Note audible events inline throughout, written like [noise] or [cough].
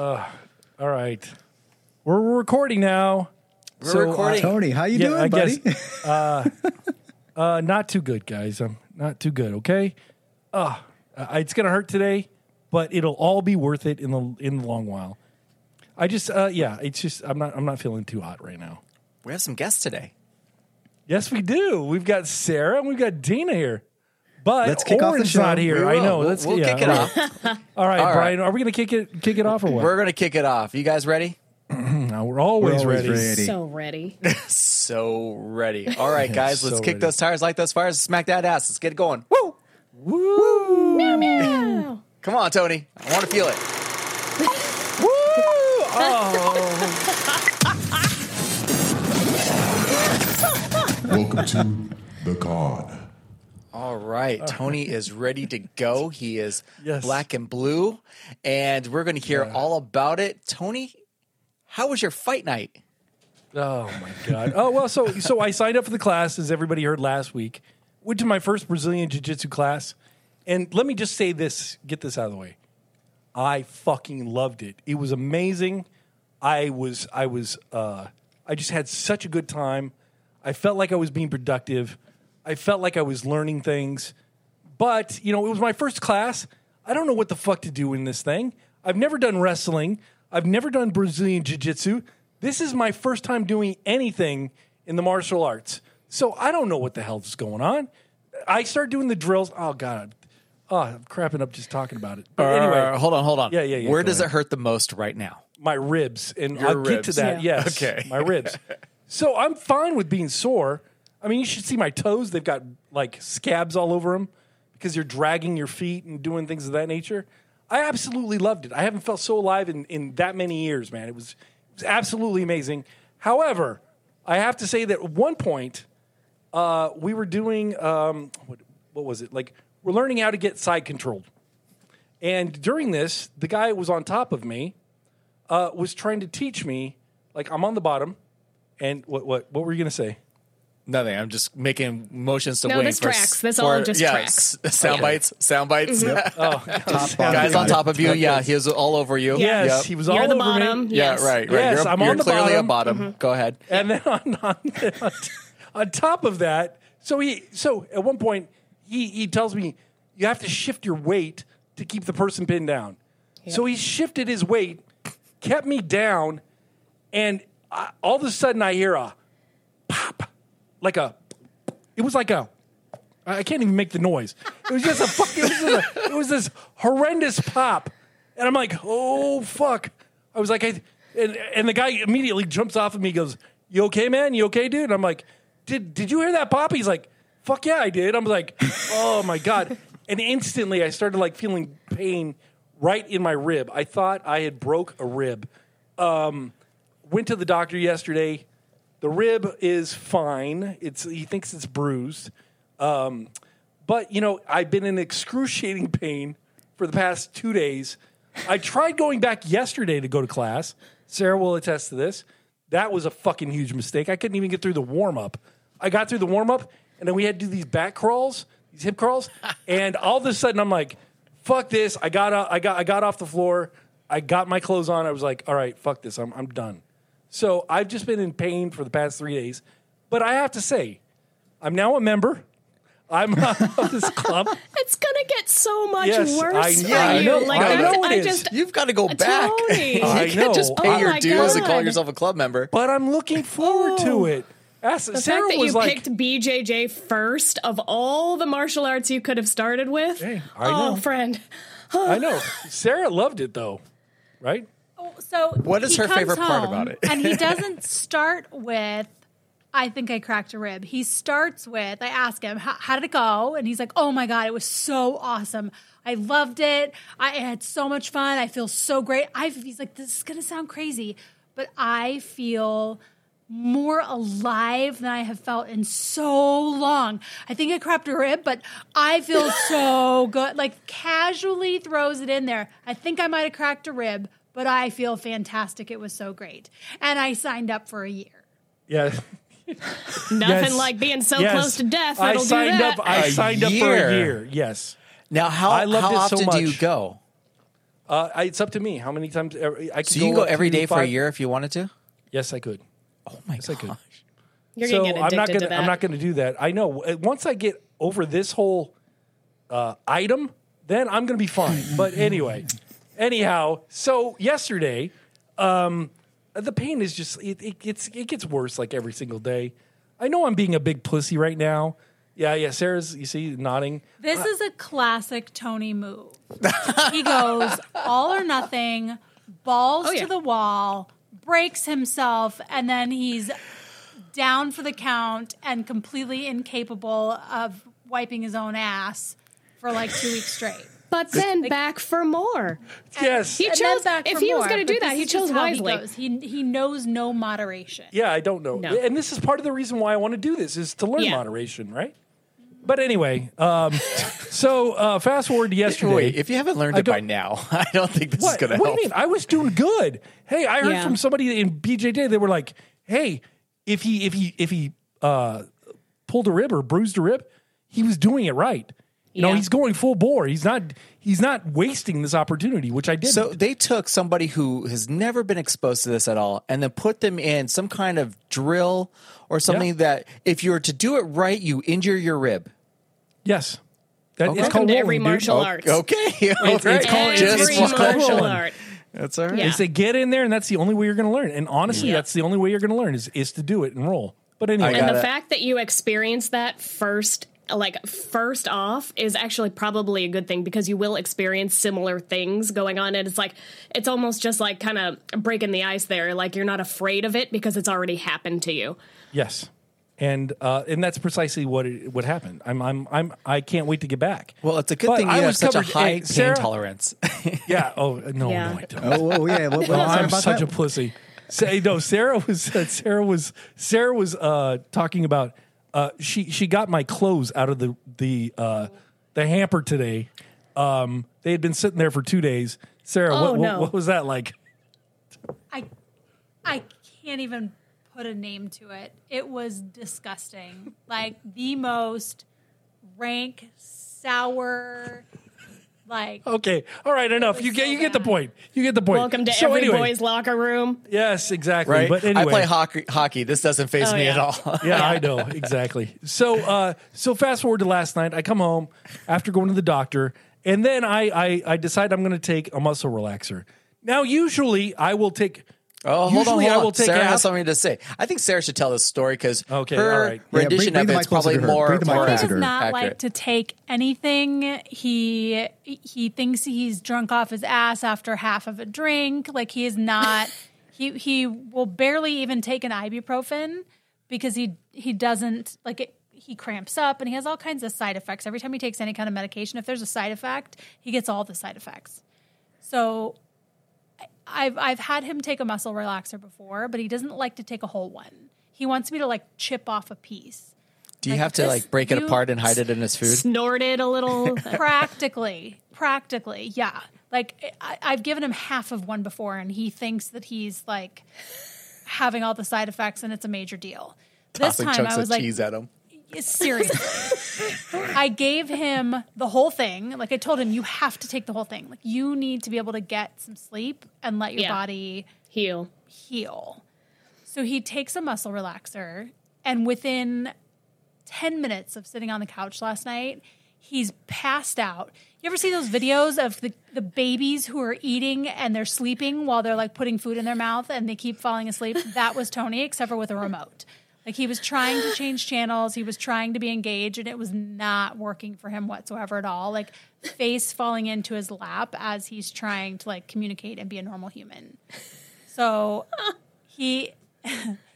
All right. We're recording now. We're So, uh, recording. Tony, how you Yeah, doing, I buddy? [laughs] guess. [laughs] Uh, uh, not too good, guys. I'm not too good. Okay. Uh, uh, it's gonna hurt today, but it'll all be worth it in the in the long while. I just, uh, yeah, it's just I'm not I'm not feeling too hot right now. we have some guests today. Yes, we do. We've got Sarah and we've got Dina here. But Let's kick off the Oren's show. not here. I We will. know. We'll, Let's we'll yeah, kick it all right. off. All right, All right. Brian, are we gonna kick it kick it off or what? We're going to kick it off. You guys ready? No, we're always, always ready. ready. So ready. So [laughs] ready. All right, guys, let's so kick ready. those tires, like those fires, smack that ass. Let's get it going. Woo! Woo! Meow. Come on, Tony. I want to feel it. Woo! Oh, Welcome to the con. all right. Tony is ready [laughs] to go. He is Uh, Yes. black and blue, and we're going to hear all about it. Tony, how was your fight night? Oh my god. Oh well, so so I signed up for the class as everybody heard last week. Went to my first Brazilian jiu-jitsu class, and let me just say this, get this out of the way. I fucking loved it. It was amazing. I was I was uh I just had such a good time. I felt like I was being productive. I felt like I was learning things. But, you know, it was my first class. I don't know what the fuck to do in this thing. I've never done wrestling. I've never done Brazilian jiu-jitsu. This is my first time doing anything in the martial arts. So I don't know what the hell's going on. I start doing the drills. Oh god. Oh, I'm crapping up just talking about it. But anyway, Uh, hold on, hold on. Yeah, yeah, yeah, Where go does ahead. it hurt the most right now? my ribs, and Your I'll get to ribs. that. Yeah. Yes, Okay. my [laughs] ribs. So I'm fine with being sore. I mean, you should see my toes; they've got like scabs all over them because you're dragging your feet and doing things of that nature. I absolutely loved it. I haven't felt so alive in, in that many years, man. It was, it was absolutely amazing. However, I have to say that at one point uh, we were doing um, what, what was it like? We're learning how to get side controlled, and during this, the guy was on top of me uh, was trying to teach me, like I'm on the bottom, and what what what were you gonna say? Nothing. I'm just making motions to No, wait this for tracks. This all just tracks. Mm-hmm. s- Sound bites. Sound bites. Top Guys bottom. on top of you. Yeah, he was all over you. Yes, Yep. he was all You're the over bottom. me. Yeah, Yes. right, right. Yes, you're I'm you're on the clearly bottom. Mm-hmm. a bottom. Go ahead. And then [laughs] on on, on on top of that, so he so at one point he he tells me you have to shift your weight to keep the person pinned down. So he shifted his weight, kept me down, and I, all of a sudden I hear a pop, like a it was like a I I can't even make the noise. It was just a fuck. It was, just a, it was this horrendous pop, and I'm like, oh fuck. I was like, I, and and the guy immediately jumps off of me. Goes, you okay, man? You okay, dude? I'm like, did did you hear that pop? He's like, fuck yeah, I did. I'm like, oh my god. And instantly, I started like feeling pain right in my rib. I thought I had broke a rib. Um, went to the doctor yesterday. The rib is fine. It's he thinks it's bruised, um, but you know I've been in excruciating pain for the past two days. I tried going back yesterday to go to class. Sarah will attest to this. That was a fucking huge mistake. I couldn't even get through the warm up. I got through the warm up, and then we had to do these back crawls, these hip crawls, and all of a sudden I'm like, "Fuck this!" I got o- I got I got off the floor. I got my clothes on. I was like, "All right, fuck this. I'm I'm done." So I've just been in pain for the past three days. But I have to say, I'm now a member. I'm [laughs] of this club. It's gonna get so much Yes, I- worse for yeah, I you. know- like I that's- know it I is. just You've got to go back. [laughs] Tony. you I know. can't just pay Oh your my dues and call God. yourself a club member. But I'm looking forward to Oh. it. As- the Sarah fact that was you like, picked BJJ first of all the martial arts you could have started with. Hey, I oh, know. friend. I know. Sarah loved it though, right? Oh, So What is he her comes favorite part home, about it? and [laughs] he doesn't start with I think I cracked a rib. He starts with I ask him how, how did it go, and he's like, Oh my god, it was so awesome. I loved it. I had so much fun. I feel so great. I he's like, This is gonna sound crazy, but I feel more alive than I have felt in so long. I think I cracked a rib, but I feel so good. Like casually throws it in there. I think I might have cracked a rib, but I feel fantastic. It was so great. And I signed up for a year. Yeah. Nothing Yes. like being so Yes. close to death. I that'll do signed that. up. I A signed up for a year. year. Yes. Now, how, I loved how it so often do you much. go? Uh, I, it's up to me how many times. every- I could So you can go up every to day for a five- year if you wanted to. Yes, I could. Oh my I could. god! [laughs] You're so gonna get I'm addicted not to gonna that. I'm not gonna do that. I know. Uh, Once I get over this whole uh, item, then I'm gonna be [laughs] fine. but anyway, anyhow, so yesterday, um, the pain is just it, it gets it gets worse like every single day. I know I'm being a big pussy right now. Yeah, yeah. Sarah's you see nodding. This is a classic Tony move. he goes all or nothing, balls Oh, yeah. to the wall, breaks himself, and then he's down for the count and completely incapable of wiping his own ass for like two weeks straight. but then back for more. Yes. Uh, He And then chose. back If for he was more, going to do but that, this he is just chose how wisely. He, goes. he he knows no moderation. Yeah, I don't know. No. And this is part of the reason why I want to do this is to learn Yeah. moderation, right? But anyway, um, [laughs] so uh, fast forward to yesterday. Wait, if you haven't learned I it by don't- now, [laughs] I don't think this is What? going to What help. do you mean? I was doing good. Hey, I heard Yeah. from somebody in BJJ. They were like, "Hey, if he if he if he uh, pulled a rib or bruised a rib, he was doing it right. You know, Yeah. he's going full bore. He's not he's not wasting this opportunity, which I didn't. So they took somebody who has never been exposed to this at all and then put them in some kind of drill or something Yeah. that if you were to do it right, you injure your rib. yes, that, it's Welcome called to rolling, every dude. martial arts. Okay. All right. it's called- Every it's just- called martial rolling. art. That's all right. They Yeah. say get in there, and that's the only way you're going to learn. And honestly, Yeah. that's the only way you're going to learn is is to do it and roll. But anyway, got and it. the fact that you experienced that first like first off is actually probably a good thing because you will experience similar things going on and it's like it's almost just like kind of breaking the ice there like you're not afraid of it because it's already happened to you Yes, and uh, and that's precisely what it, what happened. I'm I'm I'm I can't wait to get back. Well, it's a good But thing you I have was such a covered- high hey, pain Sarah- tolerance. [laughs] Yeah. Oh no, Yeah. no, I don't. Oh, whoa, yeah. What, what Oh, was that I'm about such a that? pussy. Say no. Sarah was [laughs] Sarah was Sarah was uh, talking about. Uh, she she got my clothes out of the the uh, the hamper today. Um, they had been sitting there for two days. Sarah, Oh, what, no. what, what was that like? I I can't even put a name to it. It was disgusting. Like the most rank, sour, like Okay, all right, enough. You get you get the point. You get the point. welcome to So every anyway, boy's locker room Yes, exactly. right? But anyway, I play hockey. hockey. This doesn't phase Oh, me at yeah. [laughs] all. yeah, I know exactly. So, uh, so fast forward to last night. I come home after going to the doctor, and then I I, I decide I'm going to take a muscle relaxer. Now, usually I will take. Oh, hold on, usually hold I will on. take Sarah has ass. something to say. I think Sarah should tell this story because Okay, her all right. Yeah, bring- rendition bring of the it mic is probably closer to her. more, Bring the mic more closer Tony to does her. not like accurate. to take anything. He he thinks he's drunk off his ass after half of a drink. Like he [laughs] is not. he he will barely even take an ibuprofen because he he doesn't like it. He cramps up and he has all kinds of side effects. Every time he takes any kind of medication, if there's a side effect, he gets all the side effects. So I've I've had him take a muscle relaxer before, but he doesn't like to take a whole one. He wants me to like chip off a piece. Do you have to this- like break it you- apart and hide it in his food? snorted [laughs] a little practically practically yeah like I, i've given him half of one before and he thinks that he's like having all the side effects and it's a major deal this Tossing time chunks i was of like cheese at him. seriously i gave him the whole thing like i told him you have to take the whole thing like you need to be able to get some sleep and let your Yeah. body heel heal. So he takes a muscle relaxer, and within 10 minutes of sitting on the couch last night, he's passed out. You ever see those videos of the, the babies who are eating and they're sleeping while they're like putting food in their mouth and they keep falling asleep? That was Tony, except for with a remote. Like he was trying to change channels, he was trying to be engaged, and it was not working for him whatsoever at all. Like face falling into his lap as he's trying to like communicate and be a normal human. So he [laughs]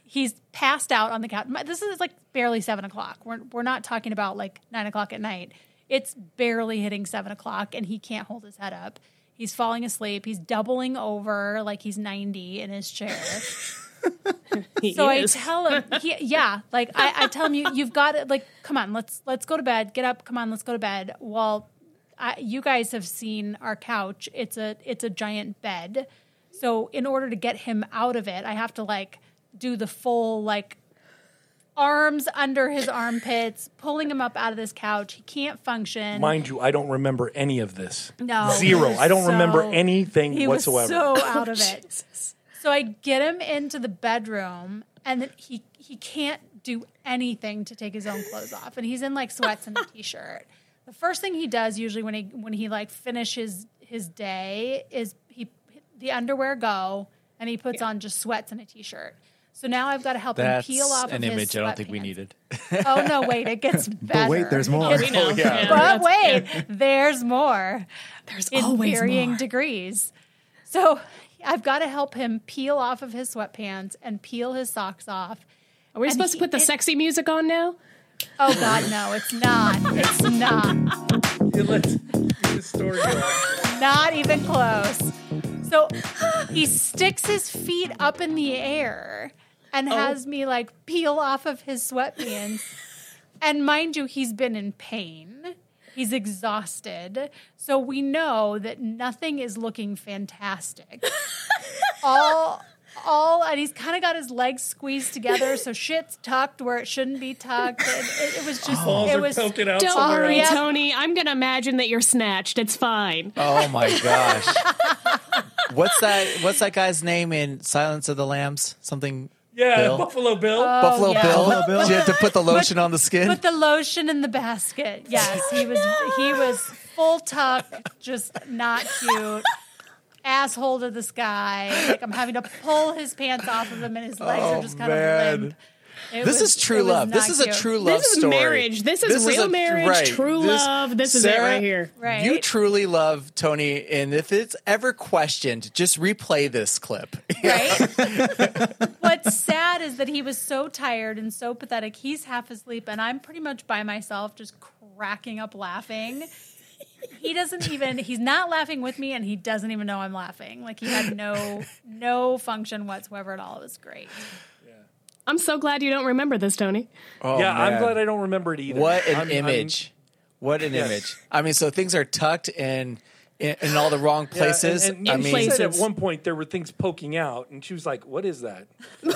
he's passed out on the couch. My- This is like barely seven o'clock. We're we're not talking about like nine o'clock at night. It's barely hitting seven o'clock, and he can't hold his head up. He's falling asleep. He's doubling over like he's ninety in his chair. He So I is. tell him, [laughs] he, yeah, like I, I tell him, you, you've got it. Like, come on, let's let's go to bed. Get up, come on, let's go to bed. Well, I, you guys have seen our couch. It's a it's a giant bed. So in order to get him out of it, I have to like do the full like arms under his armpits, pulling him up out of this couch. He can't function. Mind you, I don't remember any of [laughs] this. No. Zero. He was I don't remember so- anything he whatsoever. was so out of it. So I get him into the bedroom, and then he he can't do anything to take his own clothes off, and he's in like [laughs] sweats and a t-shirt. The first thing he does usually when he when he like finishes his day is he the underwear go and he puts on just sweats and a t-shirt. So now I've got to help That's him peel off an of his image I don't think we sweatpants. needed. Oh no, wait, [laughs] it gets better. wait, there's more. Oh, It We gets- know. yeah. yeah. but That's- wait, there's more There's in always varying more. degrees. So I've got to help him peel off of his sweatpants and peel his socks off. Are we supposed to put the it- sexy music on now? Oh God, no, it's not. It's not. Yeah, let's keep the story going. Not even close. So he sticks his feet up in the air and has me like peel off of his sweatpants. and mind you, he's been in pain. He's exhausted. So we know that nothing is looking fantastic. all all and he's kind of got his legs squeezed together so shit's tucked where it shouldn't be tucked and it, it was just it was out Don't somewhere worry, else. Tony. I'm gonna imagine that you're snatched. It's fine. Oh my gosh. what's that what's that guy's name in Silence of the Lambs? Something Yeah, Bill? Buffalo Bill. Buffalo yeah. Bill? Buffalo Bill. Did you have to put the lotion on the skin? Put the lotion in [laughs] the basket. Yes, he was he was full tuck, just not cute. Asshole to the sky. Like I'm having to pull his pants off of him, and his legs are just kind of Oh, man. limp. It this was- is true it was love. This not is a cute. true love This is story. marriage. This is real marriage, true love. This is it Sarah, right here. Right. You truly love Tony, and if it's ever questioned, just replay this [laughs] clip. right? [laughs] What's sad is that he was so tired and so pathetic. He's half asleep, and I'm pretty much by myself, just cracking up laughing. He doesn't even. He's not laughing with me, and he doesn't even know I'm laughing. Like he had no no function whatsoever at all. It was great. I'm so glad you don't remember this, Tony. yeah, I'm glad I don't remember it either. What an I'm- I'm- image! what an image! I mean, so things are tucked in in, in all the wrong Yeah, and- places. and I she mean, Places. said at one point there were things poking out, and she was like, "What is that?" And,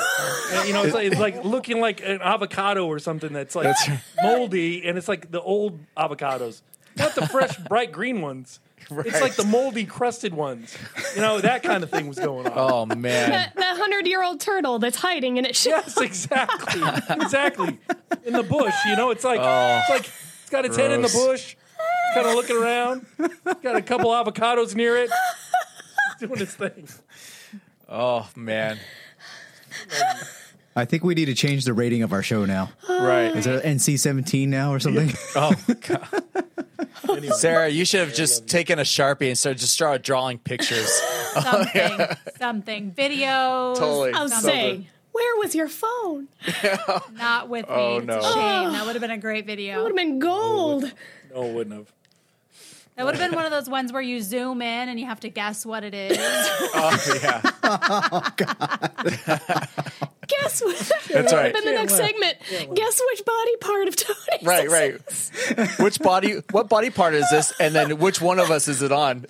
you know, it's like, it's like looking like an avocado or something that's like moldy, and it's like the old avocados, not the fresh, bright green ones. It's like the moldy, crusted ones. You know, that kind of thing was going on. oh [laughs] man, That hundred year old turtle that's hiding in its shell. Yes, exactly, exactly. In the bush, you know, it's like it's like it's got its head in the gross. bush, kind of looking around. It's got a couple avocados near it, It's doing its thing. oh man, I think we need to change the rating of our show now. right? Is there NC seventeen now or something? Oh god, Sarah, you should have just taken a sharpie and started just start drawing pictures. Something, something, videos, Oh, Totally. [laughs] I'll something. say, where was your phone? not with me. Oh, it's no. a shame. That would have been a great video. Would have been gold. No, Oh, it wouldn't have. That would have been one of those ones where you zoom in and you have to guess what [laughs] it is. oh [laughs] yeah, Guess what? [laughs] that's right. Been the next segment. Guess which body part of Tony? Right, right. Which body? What body part is this? And then which one of us is it on?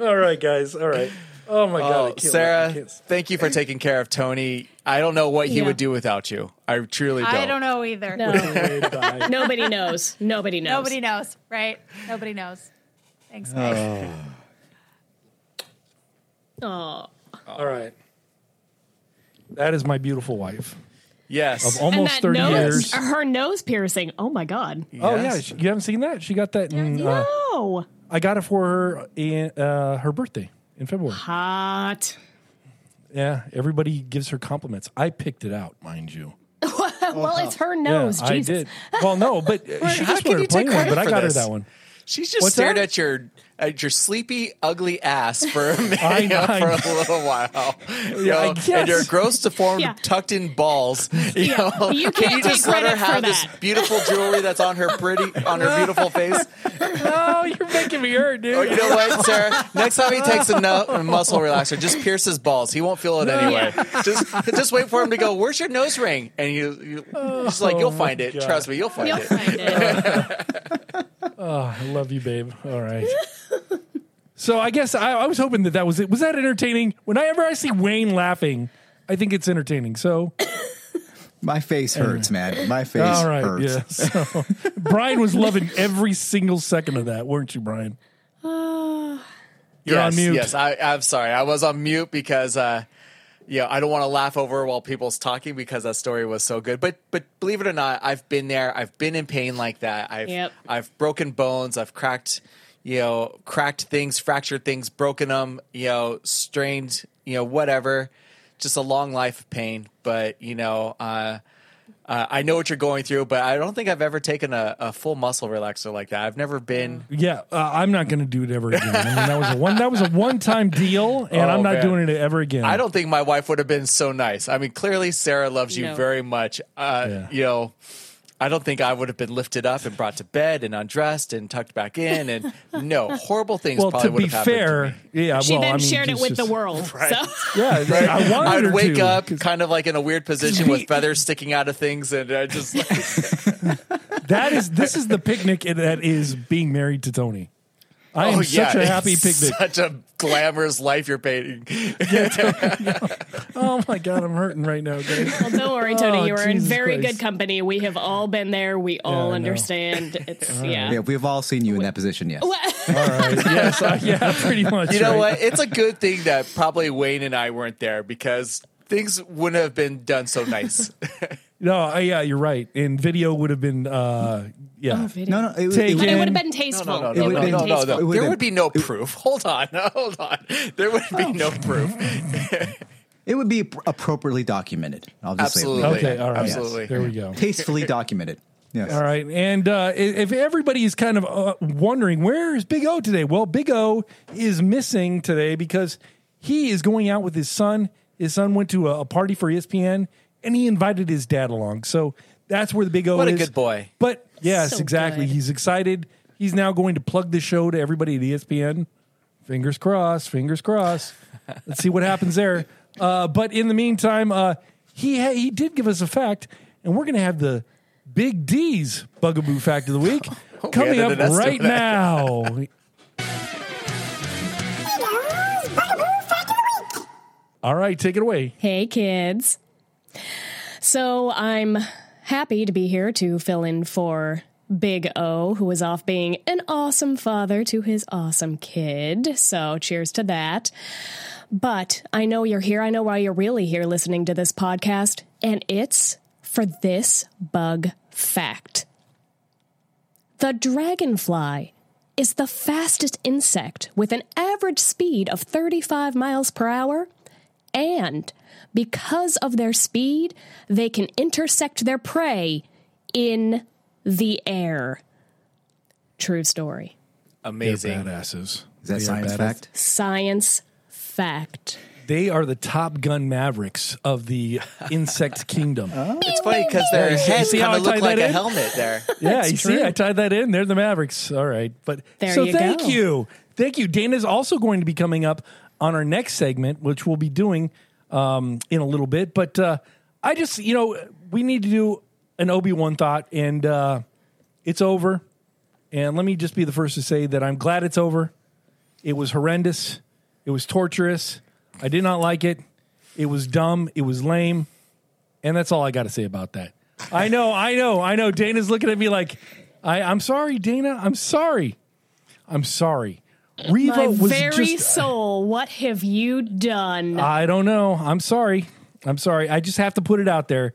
All right, guys. All right. Oh my god, I Oh, can't- I Sarah, can't- thank you for taking care of Tony. I don't know what he Yeah. would do without you. I truly don't. I don't know either. No, Way to die. [laughs] nobody knows. Nobody knows. Nobody knows, right? Nobody knows. Thanks, Mike. Aw. All right. That is my beautiful wife Yes. of almost and that thirty nose, uh, years. her nose piercing. Oh my god. Oh yeah, Yes. she, you haven't seen that? She got that. In, uh, No. I got it for her in uh, her birthday in February. Hot. Yeah, everybody gives her compliments. I picked it out, mind you. well, it's Uh-huh. her Oh, Yeah, nose. I Jesus. did. Well, no, [laughs] but uh, she how just can wanted you a plain take one, credit but I for got this? her that one. She's just What's stared that? at your at your sleepy, ugly ass for a minute, I know, I for know. a little while. You Yeah, I know, and your guess. gross, deformed, Yeah. tucked in balls. [laughs] You Yeah, know, you can can't you just take let her credit for have this that. beautiful jewelry that's on her pretty, on her beautiful face? Oh, you're making me hurt, dude. Or you know what, Sarah? Next time he takes [laughs] a, no- a muscle relaxer, just pierce his balls. He won't feel it anyway. Just just wait for him to go. Where's your nose ring? And you, you just like you'll find it. God. Trust me, Oh you'll find You'll [laughs] it. find it. I love you, babe. All right. So I guess I, I was hoping that that was it. Was that entertaining? Whenever I see Wayne laughing, I think it's entertaining. So [laughs] My face hurts, man. My face all right, hurts. yeah. So Brian was loving every single second of that, weren't you, Brian? You're yes, on mute. Yes, I, I'm sorry. I was on mute because, uh, yeah, I don't want to laugh over while people's talking because that story was so good. But but believe it or not, I've been there. I've been in pain like that. I've Yep. I've broken bones. I've cracked, you know, cracked things, fractured things, broken them, you know, strained, you know, whatever. Just a long life of pain. But you know, uh, uh, I know what you're going through. But I don't think I've ever taken a, a full muscle relaxer like that. I've never been. Yeah, uh, I'm not going to do it ever again. I mean, that was a one that was a one time deal, and Oh, I'm not man. doing it ever again. I don't think my wife would have been so nice. I mean, clearly Sarah loves you No. very much. Uh, Yeah. You know, I don't think I would have been lifted up and brought to bed and undressed and tucked back in. And [laughs] no, horrible things Well, probably to would be have happened. fair, to me. yeah. She well, then I mean, shared it it's with the just- [laughs] world. So Yeah, I wanted I her would wake to. up kind of like in a weird position Be- with feathers sticking out of things, and I just That is this is the picnic that is being married to Tony. I am oh yeah, such a happy it's picnic. [laughs] such a glamorous life you're painting. Oh my god, I'm hurting right now, guys. well, don't worry, Tony. Oh, you are in Jesus very Christ. good company. We have all been there. We I all know. understand. It's yeah. Yeah, we've all seen you in that position, yes. All right, yes, I, yeah, [laughs] pretty much. You know right? what? It's a good thing that probably Wayne and I weren't there because things wouldn't have been done so nice. [laughs] No, I, yeah, you're right. And video would have been, uh, Oh, yeah, No, no, it, was- Take it, But it And- would have been tasteful. No, no, It no, would've no, been no, no, It no. would've There would been- be no proof. Hold on, [laughs] hold on. There would be [laughs] no proof. it would be appropriately documented. I'll just say it. Absolutely. okay, all right, Absolutely. there we go. Tastefully documented. Yes. All right, and uh, i- if everybody is kind of uh, wondering where is Big O today, well, Big O is missing today because he is going out with his son. His son went to a, a party for E ESPN, and he invited his dad along. So that's where the Big O What a is. good boy. But yes, So exactly. good. He's excited. He's now going to plug the show to everybody at E ESPN. Fingers crossed. Fingers crossed. Let's see what happens there. Uh, but in the meantime, uh, he ha- he did give us a fact, and we're going to have the Big D's Bugaboo Fact of the [laughs] Week coming yeah, up that's- right now. All right, take it away. Hey, kids. So I'm happy to be here to fill in for Big O, who is off being an awesome father to his awesome kid. So cheers to that. But I know you're here. I know why you're really here listening to this podcast, and it's for this bug fact. The dragonfly is the fastest insect with an average speed of 35 miles per hour and because of their speed, they can intersect their prey in the air. True story. Amazing. Badasses. Is that science fact? Science fact. They are the Top Gun Mavericks of [laughs] the insect kingdom. It's funny because their see- heads see how kind of I look tied like that a in? helmet there. Yeah, That's you see, true. I tied that in. They're the Mavericks. All right, but There so you thank go. you, thank you. Dana's also going to be coming up on our next segment, which we'll be doing um, in a little bit. But uh, I just, you know, we need to do an Obi Wan thought, and uh, it's over. And let me just be the first to say that I'm glad it's over. It was horrendous. It was torturous. I did not like it. It was dumb. It was lame. And that's all I got to say about that. I know, I know, I know. Dana's looking at me like, I, I'm sorry, Dana. I'm sorry. I'm sorry. Reva My was very just, soul, what have you done? I don't know. I'm sorry. I'm sorry. I just have to put it out there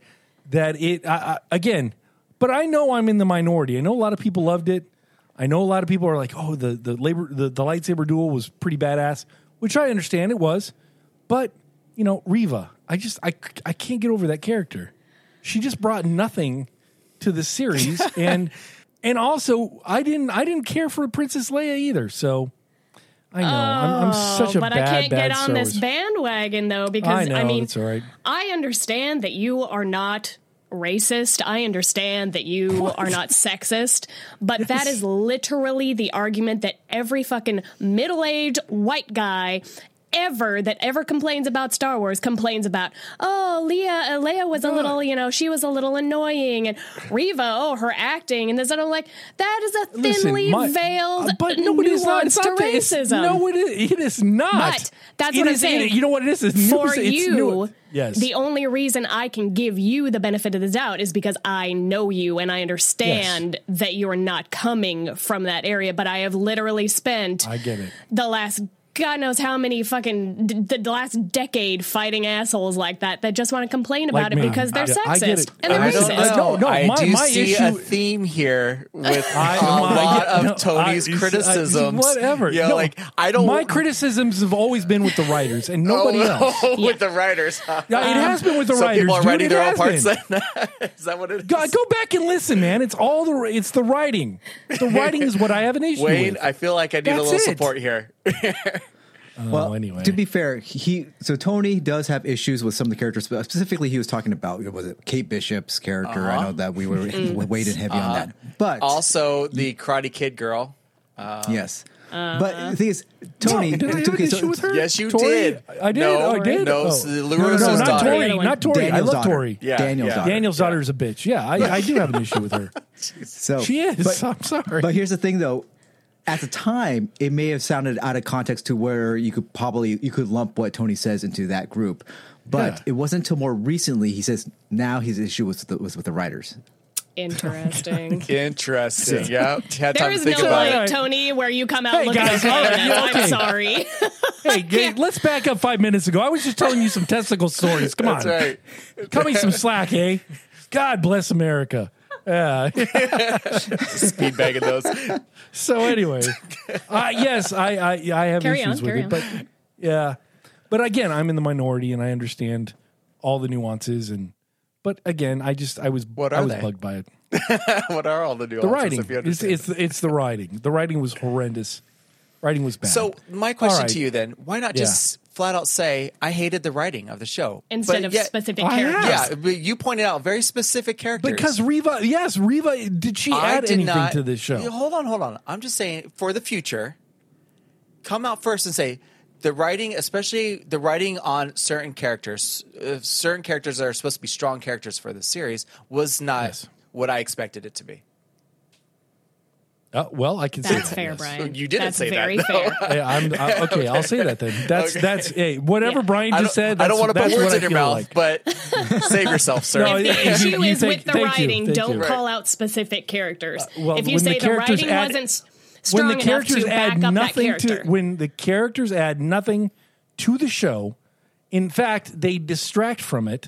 that it I, I, again. But I know I'm in the minority. I know a lot of people loved it. I know a lot of people are like, "Oh, the the labor the, the lightsaber duel was pretty badass," which I understand it was. But you know, Riva, I just I c- I can't get over that character. She just brought nothing to the [laughs] series, and and also I didn't I didn't care for Princess Leia either. So I know I'm, I'm such a Oh, but bad I can't bad get on Star this Wars bandwagon though I because know I, mean that's all right. I understand that you are not racist. I understand that you are not sexist, but that is literally the argument that every fucking middle-aged white guy ever that ever complains about Star Wars complains about, oh, Leia, uh, Leia was a little, you know, she was a little annoying, and Riva, oh, her acting, and this, and I'm like, that is a thinly my- veiled, uh, but no, it is not. It's nuance not to that- it's- racism. no, it is, it is not. But that's It what I'm is- it- saying. you know what it is? It's for nuance. It's you, nuance. yes. the only reason I can give you the benefit of the doubt is because I know you and I understand that you are not coming from that area. But I have literally spent I get it. the last God knows how many fucking d- d- the last decade fighting assholes like that that just want to complain Like about me. it because they're I- I sexist get it. and they're I don't racist. racist. know. No, no, I my- do my see a issue- theme here with I- a my- lot [laughs] of no, Tony's I- I- criticisms. whatever. Yeah, No, like I don't My criticisms have always been with the writers [laughs] and nobody else. with the writers. Yeah, [laughs] it has been with the Some writers. people are dude, writing it their own has parts. been. [laughs] Then. is that what it is? Go, go back and listen, man. It's all the it's the writing. The writing is what I have an [laughs] issue Wayne, with. I feel like I need a That's little it. support here. well, anyway, To be fair, he so Tony does have issues with some of the characters. But specifically, he was talking about was it Kate Bishop's character? I Uh-huh. know that we were Mm-hmm. weighted heavy on that, but also, the Karate Kid girl. yes. Uh-huh. but the thing is, No, Tony. did I have okay, an so- issue with her? Yes, you Tori? did. I did. No, I did. no, Oh. so the no, no, Lewis's no, not daughter. Tori. Another one. Not Tori. I Daniel's love daughter. Tori. Yeah, Daniel's yeah. daughter. Daniel's daughter is a bitch. Yeah, I, I do have an issue with [laughs] her. Oh. So She is. but- I'm sorry. But here's the thing, though. At the time, it may have sounded out of context to where you could probably you could lump what Tony says into that group, but Yeah. it wasn't until more recently he says now his issue was with the, was with the writers. [laughs] Interesting. Interesting. Yeah, had There time to is think no about way, it. Tony, where you come out Hey, looking guys, like all right, that. yeah, okay. I'm sorry. [laughs] [laughs] hey, Gabe, let's back up five minutes ago. I was just telling you some testicle stories. Come it. That's on, right. cut me some slack, eh? God bless America. Yeah. Speed bagging [laughs] those. [laughs] So anyway, uh, yes, I I, I have Carry on, issues with carry it, on. but yeah, but again, I'm in the minority, and I understand all the nuances, and but again, I just I was What I are was they? bugged by it. what are all the nuances? The writing, If you it's, understand? it's it's the writing. The writing was horrendous. Writing was bad. so, my question right. to you then: Why not just flat out say I hated the writing of the show Instead But of yet- specific I characters. have. Yeah, but you pointed out very specific characters because Reva, yes, Reva, did she I add did anything not- to this show? uh, Yeah, Hold on, hold on. I'm just saying for the future, come out first and say the writing, especially the writing on certain characters, uh, certain characters that are supposed to be strong characters for the series, was not Yes. what I expected it to be. Uh, well, I can say That's that, fair, yes. Brian. You didn't That's say that, very though. fair. Hey, I'm, I- okay, I'll say that then. That's [laughs] Okay. that's hey, whatever Yeah. Brian I just don't, said. I don't that's- want to put that's words what in I your feel mouth, like. [laughs] but save yourself, sir. No, If the You- issue Oh, [laughs] you is think- with the thank you, writing. thank don't you. call out specific characters. well, if you when the say the, characters writing add- wasn't s- when strong the characters enough to add back up that nothing character, to when the characters add nothing to the show in fact they distract from it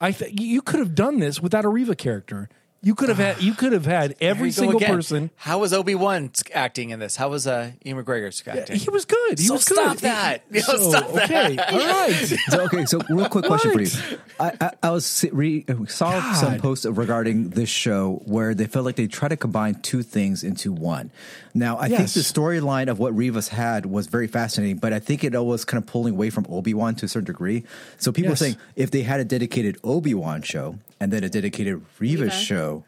i th- you could have done this without a riva character you could have had you could have had [sighs] There every you go single again. person How was Obi Wan acting in this? How was uh, Ian McGregor's acting? he was good he So was good stop that. [laughs] You know, So, stop that. [laughs] okay all right So, okay, so real quick question for What? you. I, I, I was si- re, uh, saw some God. posts regarding this show where they felt like they tried to combine two things into one. Now, I think Yes. the storyline of what Rivas had was very fascinating, but I think it was kind of pulling away from Obi Wan to a certain degree. So people Yes. are saying if they had a dedicated Obi Wan show and then a dedicated Rivas Reva. show,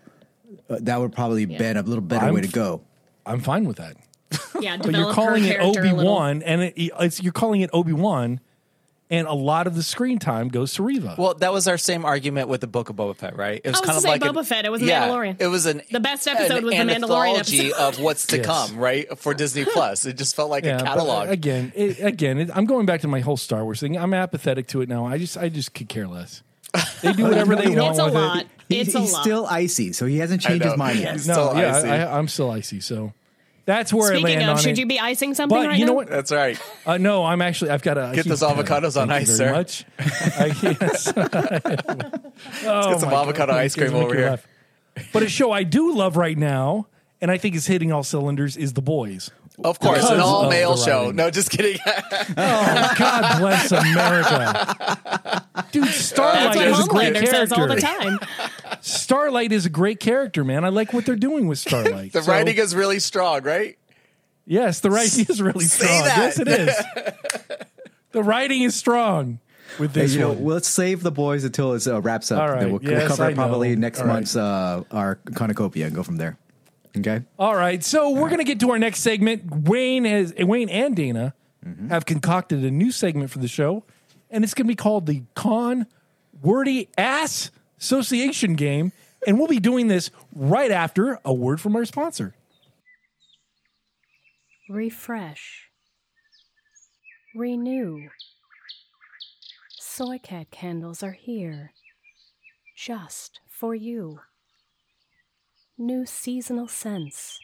uh, that would probably been a little better I'm way to f- go. i'm fine with that yeah, develop but you're her calling it character a Obi little. Wan, and it, it's you're calling it Obi Wan, and a lot of the screen time goes to Reva. Well, that was our same argument with the Book of Boba Fett, right? It I was kind to of say like Boba Fett, it was Mandalorian. It was an The best episode an was the Mandalorian anthology of what's [laughs] to Yes. come, right? For [laughs] Disney Plus, it just felt like a but uh, catalog. Again, it, again, it, I'm going back to my whole Star Wars thing. I'm apathetic to it now. I just, I just could care less. They [laughs] do whatever they want It's a with it. lot. He's, It's a he's lot. still icy, so he hasn't changed know. his mind yet. He's No, still yeah, icy. I, I, am still icy. So that's where I Speaking land of, on should it. you be icing something but right you know now? what? That's right. Uh, no, I'm actually. I've got to Get those avocados on ice, very sir. Much. [laughs] I, yes. Oh, some my avocado God. ice You guys cream make over me here. laugh. But a show I do love right now, and I think is hitting all cylinders, is The Boys. Of course, an Because all male of the show. writing. No, just kidding. [laughs] Oh, [laughs] God bless America. Dude, That's Starlight what is a great Homelander character. says all the time. Starlight is a great character, man. I like what they're doing with Starlight. [laughs] the So, writing is really strong, right? yes, the writing is really strong. that. Yes, it is. [laughs] the writing is strong with Hey, this you know, one. well, let's save the boys until it uh, wraps up. All right. Then we'll, we'll Yes, cover I it probably know. next All right. month's uh, our cornucopia and go from there. Okay. All right, so we're gonna get to our next segment. Wayne has Wayne and Dana have concocted a new segment for the show, and it's going to be called the Con Wordy Ass Association Game. And we'll be doing this right after a word from our sponsor. refresh, renew. Soy cat candles are here, just for you. New seasonal scents,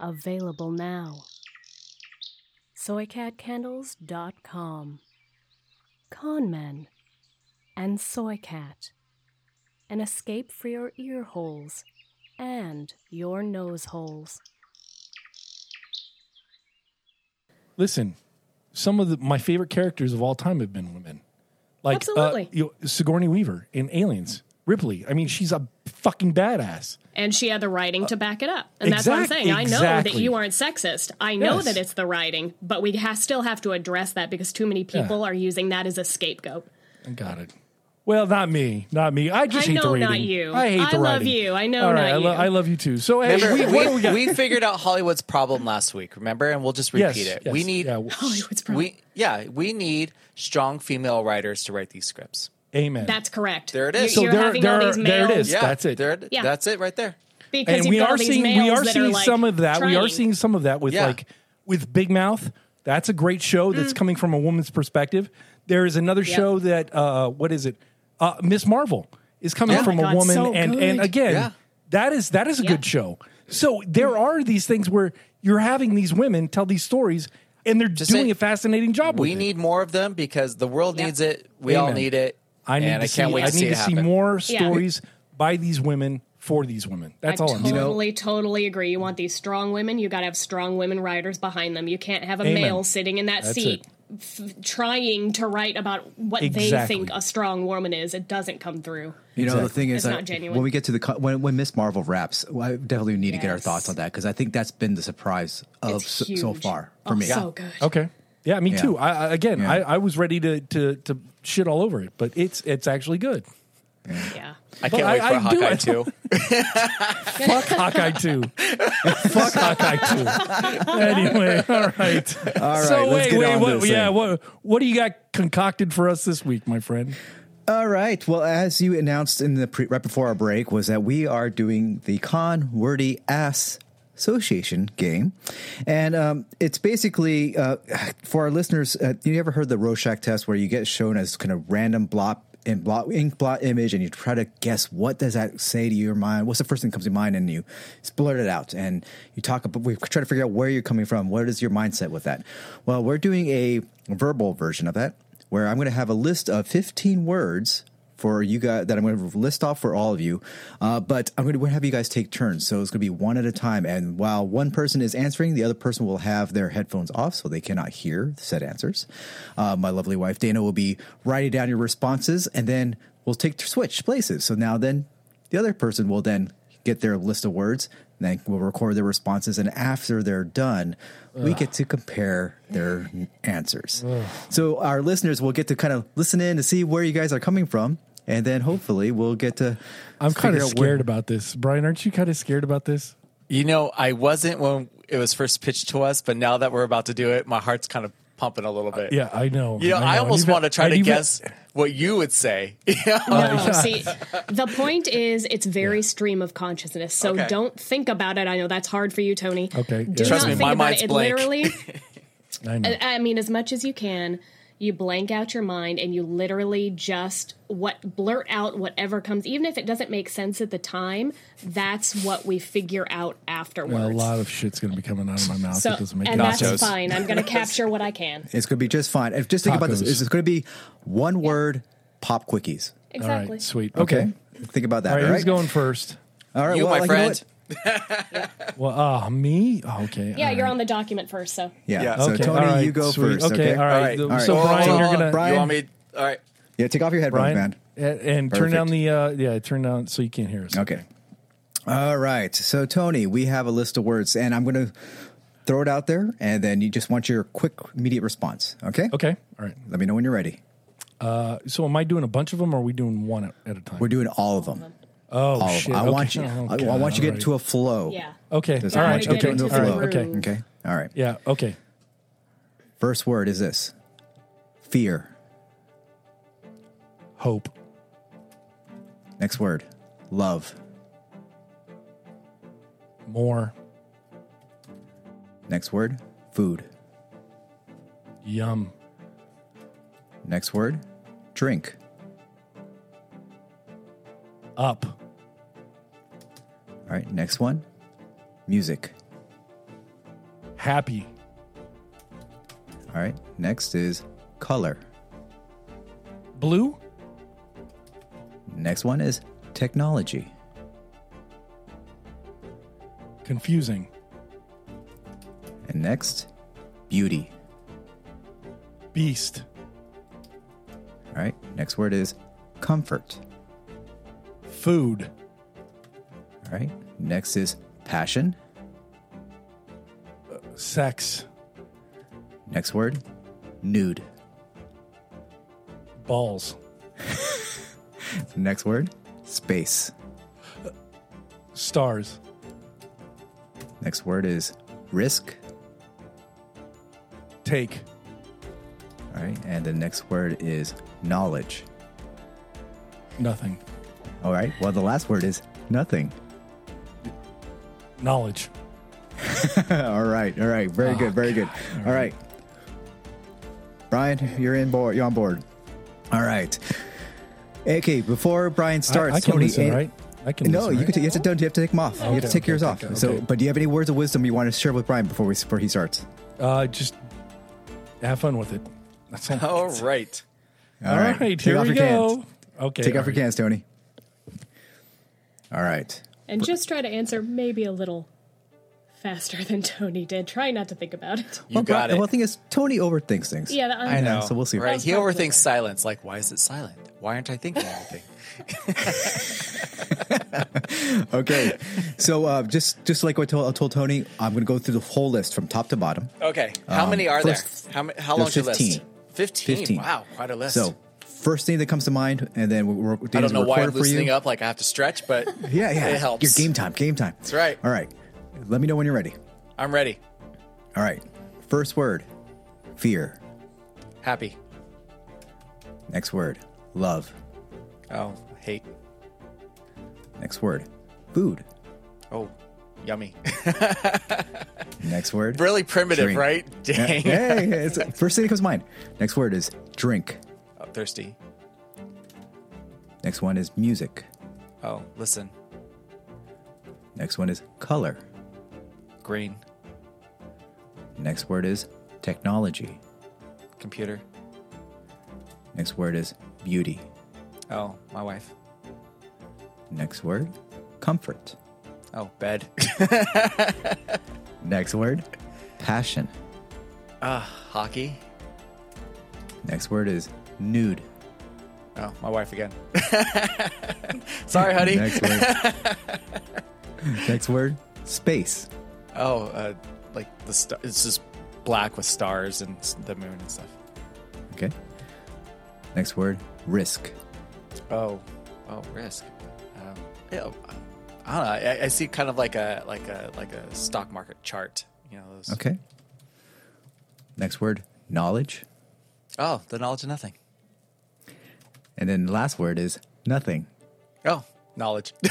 available now. Soycatcandles.com. Conmen and Soy Cat, an escape for your ear holes and your nose holes. Listen, some of the, my favorite characters of all time have been women. Like uh, Absolutely. you know, Sigourney Weaver in Aliens, Ripley. I mean, she's a fucking badass. And she had the writing to back it up. And that's what I'm exact- saying. I know that exactly. you aren't sexist. I know Yes. that it's the writing, but we ha- still have to address that because too many people are using that as a scapegoat. I got it. Well, not me, not me. I just I hate the know rating. not you. I hate I the love writing. you. I know All right, not I, you. I love you too. So hey, Remember, we, what do we got? we, we figured out Hollywood's problem last week. Remember, and we'll just Yes, repeat it. yes, we need, yeah, w- Hollywood's problem. we yeah, we need strong female writers to write these scripts. [laughs] Amen. That's correct. There it You- is. So You're, there- having there are- all these there males it is. Yeah, That's it. There, Yeah. That's it right there. because and you've we got are all these seeing males we are that seeing like some of that. We are trying. seeing some of that with Yeah. like with Big Mouth. That's a great show that's coming from a woman's perspective. There is another Mm. Yep. show that uh, what is it? Uh, Miss Marvel is coming Oh from my a God, woman, so and good. and again, Yeah. that is that is a Yeah. good show. So there are these things where you're having these women tell these stories, and they're doing it. a fascinating job. We with it. need more of them because the world Yeah. needs it. We all Amen. need it. I need and to I can't see, wait to I see need it to see happen. more Yeah. stories by these women for these women. That's I all I'm saying. totally, totally agree. You want these strong women. You got to have strong women writers behind them. You can't have a Amen. male sitting in that That's seat f- trying to write about what they Exactly. think a strong woman is. It doesn't come through. You know, the thing is, It's I- not genuine. when we get to the co- when when Miss Marvel wraps, well, I definitely need to get our Yes. thoughts on that because I think that's been the surprise of so, so huge. far for oh, me. So good. Okay. Yeah, me too. I, I again, Yeah. I, I was ready to, to to shit all over it, but it's it's actually good. Yeah. I can't I- wait for I do. Hawkeye too. [laughs] Fuck Hawkeye [laughs] two. Fuck Hawkeye two. Anyway, all right. All right, So let's wait, get wait, on to what? this Yeah, thing. what? What do you got concocted for us this week, my friend? All right. Well, as you announced in the pre- right before our break, was that we are doing the Con Wordy Ass Association game, and um, it's basically uh, for our listeners. Uh, you ever heard the Rorschach test, where you get shown as kind of random blop and blot ink blot image, and you try to guess what does that say to your mind? What's the first thing that comes to mind, and you just blurt it out, and you talk about. We try to figure out where you're coming from. What is your mindset with that? Well, we're doing a verbal version of that where I'm going to have a list of 15 words for you guys that I'm going to list off for all of you. Uh, but I'm going to have you guys take turns. So it's going to be one at a time. And while one person is answering, the other person will have their headphones off so they cannot hear said answers. Uh, my lovely wife, Dana, will be writing down your responses and then we'll take switch places. So now then the other person will then get their list of words. and Then we'll record their responses, and after they're done, we get to compare their answers. So our listeners will get to kind of listen in to see where you guys are coming from, and then hopefully we'll get to. I'm kind of figure out scared where- about this, Brian. Aren't you kind of scared about this? You know, I wasn't when it was first pitched to us, but now that we're about to do it, my heart's kind of pumping a little bit. Yeah, I know. You know, I, know. almost You've- want to try and to you've- guess what you would say. [laughs] Uh, No, see, the point is it's very stream of consciousness. So Okay. don't think about it. I know that's hard for you, Tony. Okay, Do yeah. Trust not me, think my about mind's it. It blank. literally I know. I mean, as much as you can, you blank out your mind and you literally just what blurt out whatever comes, even if it doesn't make sense at the time. That's what we figure out a afterwards. lot of shit's going to be coming out of my mouth. so, that doesn't make and any that's sense. Nachos. fine. I'm [laughs] going to capture what I can. It's going to be just fine. And just think about this: Tacos. it's going to be one word pop quickies. All Exactly. right, sweet. Okay. think about that. All right, all who's going first? All right, you, well, my like, know friend. what? [laughs] Well, uh, me? Oh, okay. Yeah, all you're right. on the document first, so yeah. Yeah. So Okay, Tony, all right, you go sweet. first. Okay, all right. All So, right. Oh, Brian, you're gonna Brian. You want me? All right. Yeah. Take off your headphones, Brian, man. and, and turn Perfect. down the uh, yeah, turn down so you can't hear us. Okay. All right. So, Tony, we have a list of words, and I'm going to throw it out there, and then you just want your quick, immediate response. Okay. Okay. All right. Let me know when you're ready. So am I doing a bunch of them, or are we doing one at, at a time? We're doing all of them. oh All of shit! them. I okay. want you. Oh, I, I God, want you to get all into a flow. yeah. right. Okay. Does all right. I want you to Okay. get into a all right, flow. Okay. Okay. All right. Yeah. Okay. First word is this fear. Hope. Next word, love. More. Next word, food. Yum. Next word, drink. Up. All right, next one, music. Happy. All right, next is color. Blue. Next one is technology. Confusing. And next, beauty. Beast. All right, next word is comfort. Food. All right, next is passion. Sex. Next word, nude. Balls. Next word, space. Stars. Next word is risk. Take. All right, and the next word is knowledge. Nothing. All right, well, the last word is nothing. [laughs] Knowledge. all right, all right, very good, very Ah, good. All right, Brian, you're in board. You're on board. All right. Okay, before Brian starts, I, I can Tony, listen, and- right? I can No, listen, you, right? can t- you have to don't. You have to take them off. you have to Okay, take okay, yours okay, off. okay, So, okay. but do you have any words of wisdom you want to share with Brian before we before he starts? Uh, just have fun with it. That's all. All right. all right, Take here off we your go. cans. Okay, Take off all your right. cans, Tony. All right. And just try to answer maybe a little faster than [laughs] Tony did. Try not to think about it. You got Brian- it. Well, the thing is, Tony overthinks things. Yeah, that- I No. So we'll see. Right. That's He probably overthinks right. silence. Like, why is it silent? Why aren't I thinking anything? Okay. so uh, just just like what I told, I told Tony, I'm going to go through the whole list from top to bottom. Okay. How many are Um, first- there? How, ma- how long's there's your list? 15. 15. 15. Wow, quite a list. So first thing that comes to mind, and then we'll, we I don't know why I'm for you. loosening up like I have to stretch, but [laughs] Yeah, yeah. it helps. Your game time. Game time. That's right. All right. Let me know when you're ready. I'm ready. All right. First word, fear. Happy. Next word, love. Oh, hate. Next word, food. Oh, [laughs] yummy. [laughs] Next word, really primitive, Drink. right? Yeah, Dang. yeah, yeah, it's- first thing that comes to mind. Next word is drink. [laughs] Oh, thirsty. Next one is music. Oh, listen. Next one is color. Green. Next word is technology. Computer. Next word is beauty. Oh, my wife. Next word, comfort. Oh, [laughs] bed. Next word, passion. Ah, Hockey. Next word is nude. Oh, my wife again. [laughs] [laughs] Sorry, honey. Next [laughs] word. Next word, space. Oh, uh, like the star. It's just black with stars and s- the moon and stuff. Okay. Next word, risk. Oh, oh, risk. Um, yeah, uh, I don't know. I, I see kind of like a like a like a stock market chart. You know those. Okay. Next word, knowledge. Oh, the knowledge of nothing. And then the last word is nothing. Oh, knowledge. [laughs]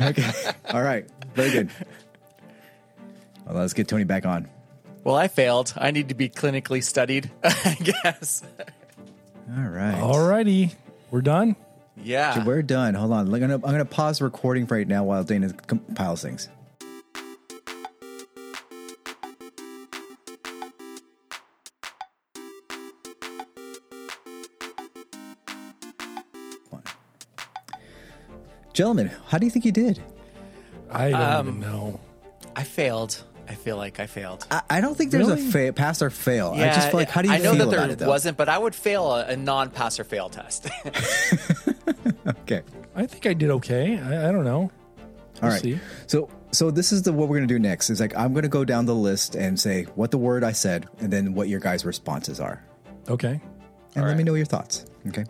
Okay. All right. Very good. Well, let's get Tony back on. well, I failed. I need to be clinically studied. [laughs] I guess. All right. All righty, we're done. Yeah. We're done. Hold on. I'm gonna I'm gonna pause the recording right now while Dana compiles things. Gentlemen, how do you think you did? I don't even Um, know. I failed. I feel like I failed. I, I don't think there's Really? a fa- pass or fail. I just feel like how do you I know feel that there about it though? wasn't, but I would fail a, a non-pass or fail test. [laughs] okay. I think I did okay. I, I don't know. All We'll right. see. So so this is the what we're gonna do next. Is like I'm gonna go down the list and say what the word I said and then what your guys' responses are. Okay. And let me know your thoughts. Okay.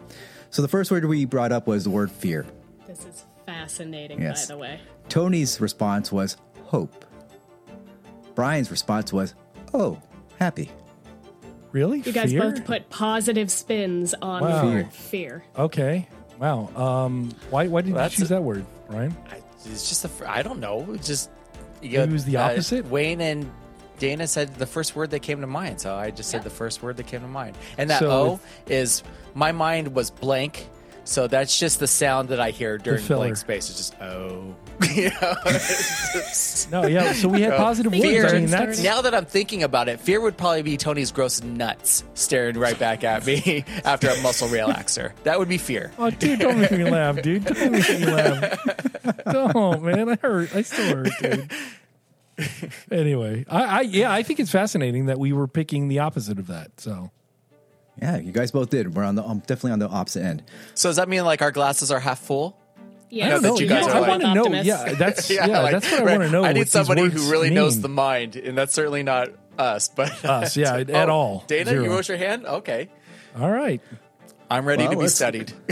So the first word we brought up was the word fear. This is fascinating, Yes. by the way. Tony's response was hope. Brian's response was, oh, happy. Really? You guys both put positive spins on Wow. the Fear. word fear. Okay. Wow. Um, why why did Well, you that's choose a- that word, Ryan? I, it's just the fir- I don't know. It's Just you Maybe it was the opposite? Wayne and Dana said the first word that came to mind, so I just said the first word that came to mind. And that So O is my mind was blank. So that's just the sound that I hear during filler. blank space. It's just oh, [laughs] you know. It's just- No, yeah. So we [laughs] had positive Fear. words. I mean, that's Starting. now that I'm thinking about it, fear would probably be Tony's gross nuts staring right back at me [laughs] after a muscle relaxer. That would be fear. Oh, dude, don't make me laugh, dude. Don't make me laugh. don't, man. I hurt. I still hurt, dude. Anyway, I, I yeah, I think it's fascinating that we were picking the opposite of that. So Yeah, you guys both did. We're on the um, definitely on the opposite end. So does that mean like our glasses are half full? Yeah, don't know, it's you not guys a are I like- want to know. optimist. Yeah, [laughs] that's yeah, like, that's what I right. want to know. I what need these somebody words who really knows mean. the mind, and that's certainly not us, [laughs] but Oh, Us, yeah, at all. Dana, you Zero. raise your hand. Okay, All right. I'm ready Well, to be let's- studied. [laughs]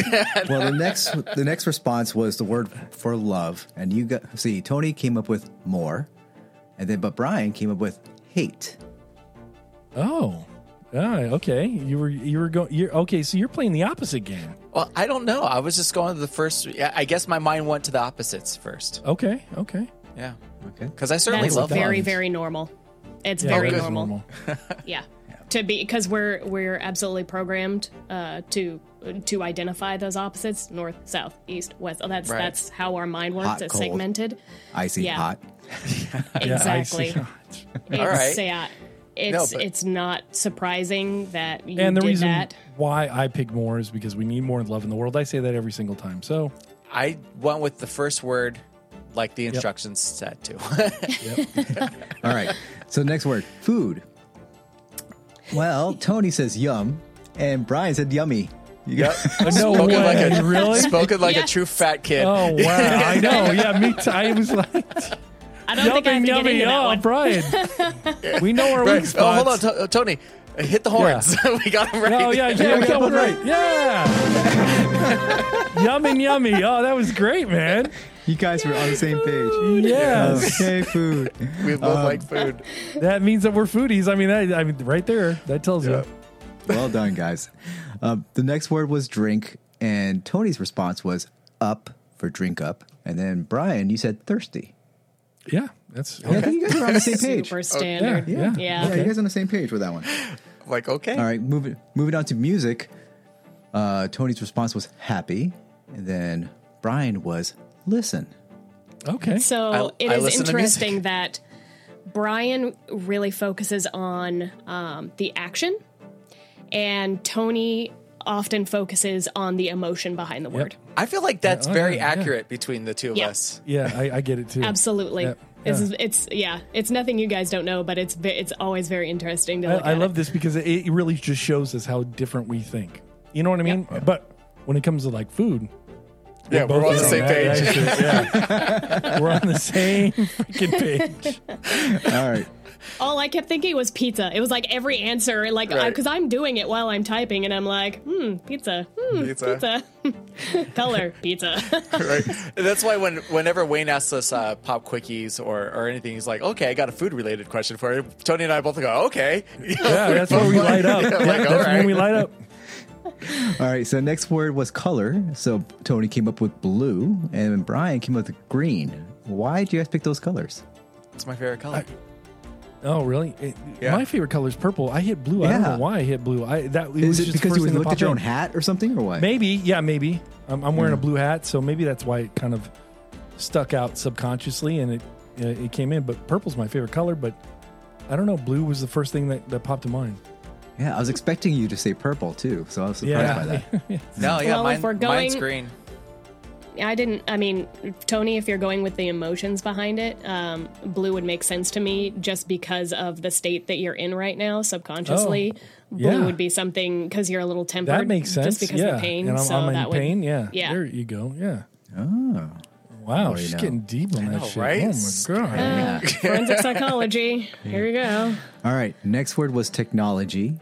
Well, the next the next response was the word for love, and you got see Tony came up with more, and then but Brian came up with hate. Oh. Ah, okay. You were you were going. You're okay. So you're playing the opposite game. well, I don't know. I was just going to the first. yeah, I guess my mind went to the opposites first. Okay. Okay. Yeah, Okay, because I certainly That's love very, love. very normal. It's Yeah, very that is normal. Yeah. To be because we're we're absolutely programmed uh, to to identify those opposites north south east west oh, that's Right. that's how our mind works Hot, it's cold. segmented icy Yeah. hot. [laughs] Yeah, I see. [laughs] exactly it's, All right. yeah, it's but- it's not surprising that you and the did reason that why I pick more is because we need more love in the world. I say that every single time. So I went with the first word, like the instructions said to. [laughs] All [laughs] right, so next word food. Well, Tony says yum, and Brian said yummy. You got no Spoken way, like a really? spoken like Yeah. a true fat kid. Oh wow, I know. Yeah, me too. I was like, i don't think i have yummy, yummy. to get into that Oh, one. [laughs] Brian, we know [laughs] our Right. weak Oh, spots. hold on, To- Tony. Hit the horns. [laughs] we got him right. Oh yeah, yeah, we got one right. Yeah, [laughs] yum and yummy. Oh, that was great, man. [laughs] you guys were on the same page. Yes, Okay, food. We both Um, like food. that means that we're foodies. I mean, that, I mean, right there, that tells you. Well done, guys. Uh, the next word was drink, and Tony's response was up for drink up, and then Brian, you said thirsty. Yeah, that's Yeah, I think you guys were on the same page. [laughs] super standard yeah, yeah, yeah. Yeah, you guys on the same page with that one. Like okay. All right, moving moving on to music. Uh, Tony's response was happy, and then Brian was listen. okay. So I- it I is listen to music. interesting that Brian really focuses on um, the action, and Tony often focuses on the emotion behind the word. I feel like that's oh, very yeah, yeah. accurate between the two of Yeah. us. Yeah, I, I get it too. Absolutely. Yeah, This yeah. is, it's yeah, it's nothing you guys don't know, but it's ve- it's always very interesting to look I, I at love it. this because it, it really just shows us how different we think. You know what I mean? But when it comes to like food, Yeah, we're on the same that- page. that shit, [laughs] yeah. we're on the same freaking page. All right, All I kept thinking was pizza. It was like every answer, like Right. because I'm doing it while I'm typing, and I'm like, hmm, pizza, hmm, Pizza. pizza, [laughs] color, pizza. [laughs] [laughs] right. And that's why when whenever Wayne asks us uh, pop quickies or, or anything, he's like, "Okay, I got a food related question for you." Tony and I both go, "Okay." [laughs] Yeah, that's where we light [laughs] up. Yeah, Yeah, like, all that's right. when we light up. all right. So next word was color. So Tony came up with blue, and Brian came up with green. Why did you guys pick those colors? It's my favorite color. Oh, really? It- Yeah. My favorite color is purple. I hit blue. I don't Yeah. know why I hit blue. I that it was Is it just because the first you thing that looked at your own popped in. hat or something, or what? Maybe, yeah, maybe. I'm, I'm Hmm. wearing a blue hat, so maybe that's why it kind of stuck out subconsciously and it uh, it came in. But purple's my favorite color, but I don't know. Blue was the first thing that, that popped to mind. Yeah, I was expecting you to say purple too, so I was surprised Yeah. by that. Oh, No, yeah, Well, mine, if we're mine's going- green. I didn't. I mean, Tony, if you're going with the emotions behind it, um, blue would make sense to me just because of the state that you're in right now, subconsciously. blue Oh, yeah. would be something because you're a little tempered. That makes sense. Just because yeah. of the pain. And I'm, so I'm that in would, pain. Yeah. Yeah. There you go. Yeah. Oh, Wow. She's now. getting deep on that know, shit. right? Oh my god. [laughs] yeah. [laughs] Forensic psychology. Here we go. All right. Next word was technology.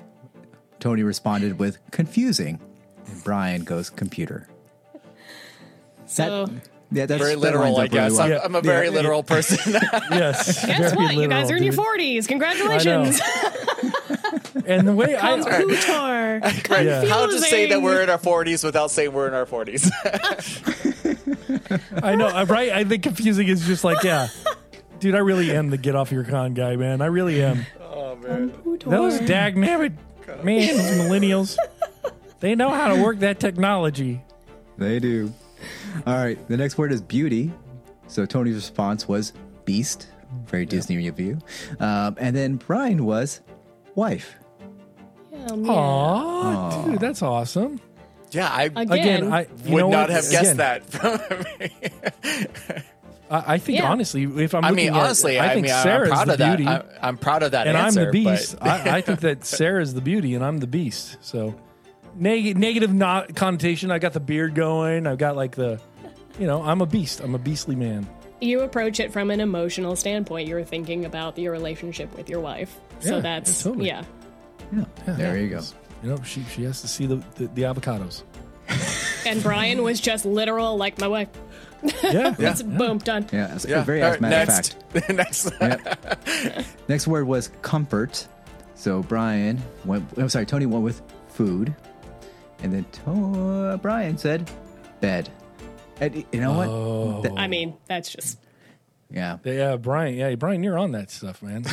Tony responded with confusing, and Brian goes computer. So Yeah, that's Very that literal, lines up I guess. Really well. I'm, I'm a [laughs] very Yeah. literal person. yes. guess Very what? you literal, guys are in your dude. 40s. [laughs] I know. Congratulations. [laughs] And the way I, Computer. [laughs] Right. confusing. I'll just say that we're in our 40s without saying we're in our [laughs] 40s. I know, I- right? I think confusing is just like, yeah, dude, I really am the get off your con guy, man. I really am. Oh, Um, Those dag nabbit man, these millennials, they know how to work that technology. They do. All right. The next word is beauty. So Tony's response was beast. Very Disney of you. Um, and then Brian was wife. Um, yeah. Aw, dude, that's awesome. yeah, I Again, Again, I you would know what? not have guessed Again, that. From [laughs] I, I think Yeah. honestly, if I'm, I looking mean, at- honestly, I I, think mean, I'm Sarah's proud the of that. beauty, I'm, I'm proud of that and answer. I'm the beast. but- I, [laughs] I think that Sarah's the beauty, and I'm the beast. So neg- negative not connotation. I got the beard going. I've got like the, you know, I'm a beast. I'm a beastly man. you approach it from an emotional standpoint. You're thinking about your relationship with your wife. So Yeah, that's, totally. yeah. There you go. You know, she she has to see the the, the avocados. And Brian was just literal, like my wife. Yeah, It's boom, done. Yeah. It's Yeah. a very All as right, matter of next. fact. [laughs] next. Next word was comfort. So Brian went. I'm sorry. Tony went with food, and then to- Brian said bed. And you know what? Th- I mean, that's just yeah. yeah, Brian. Yeah, Brian, you're on that stuff, [laughs] man.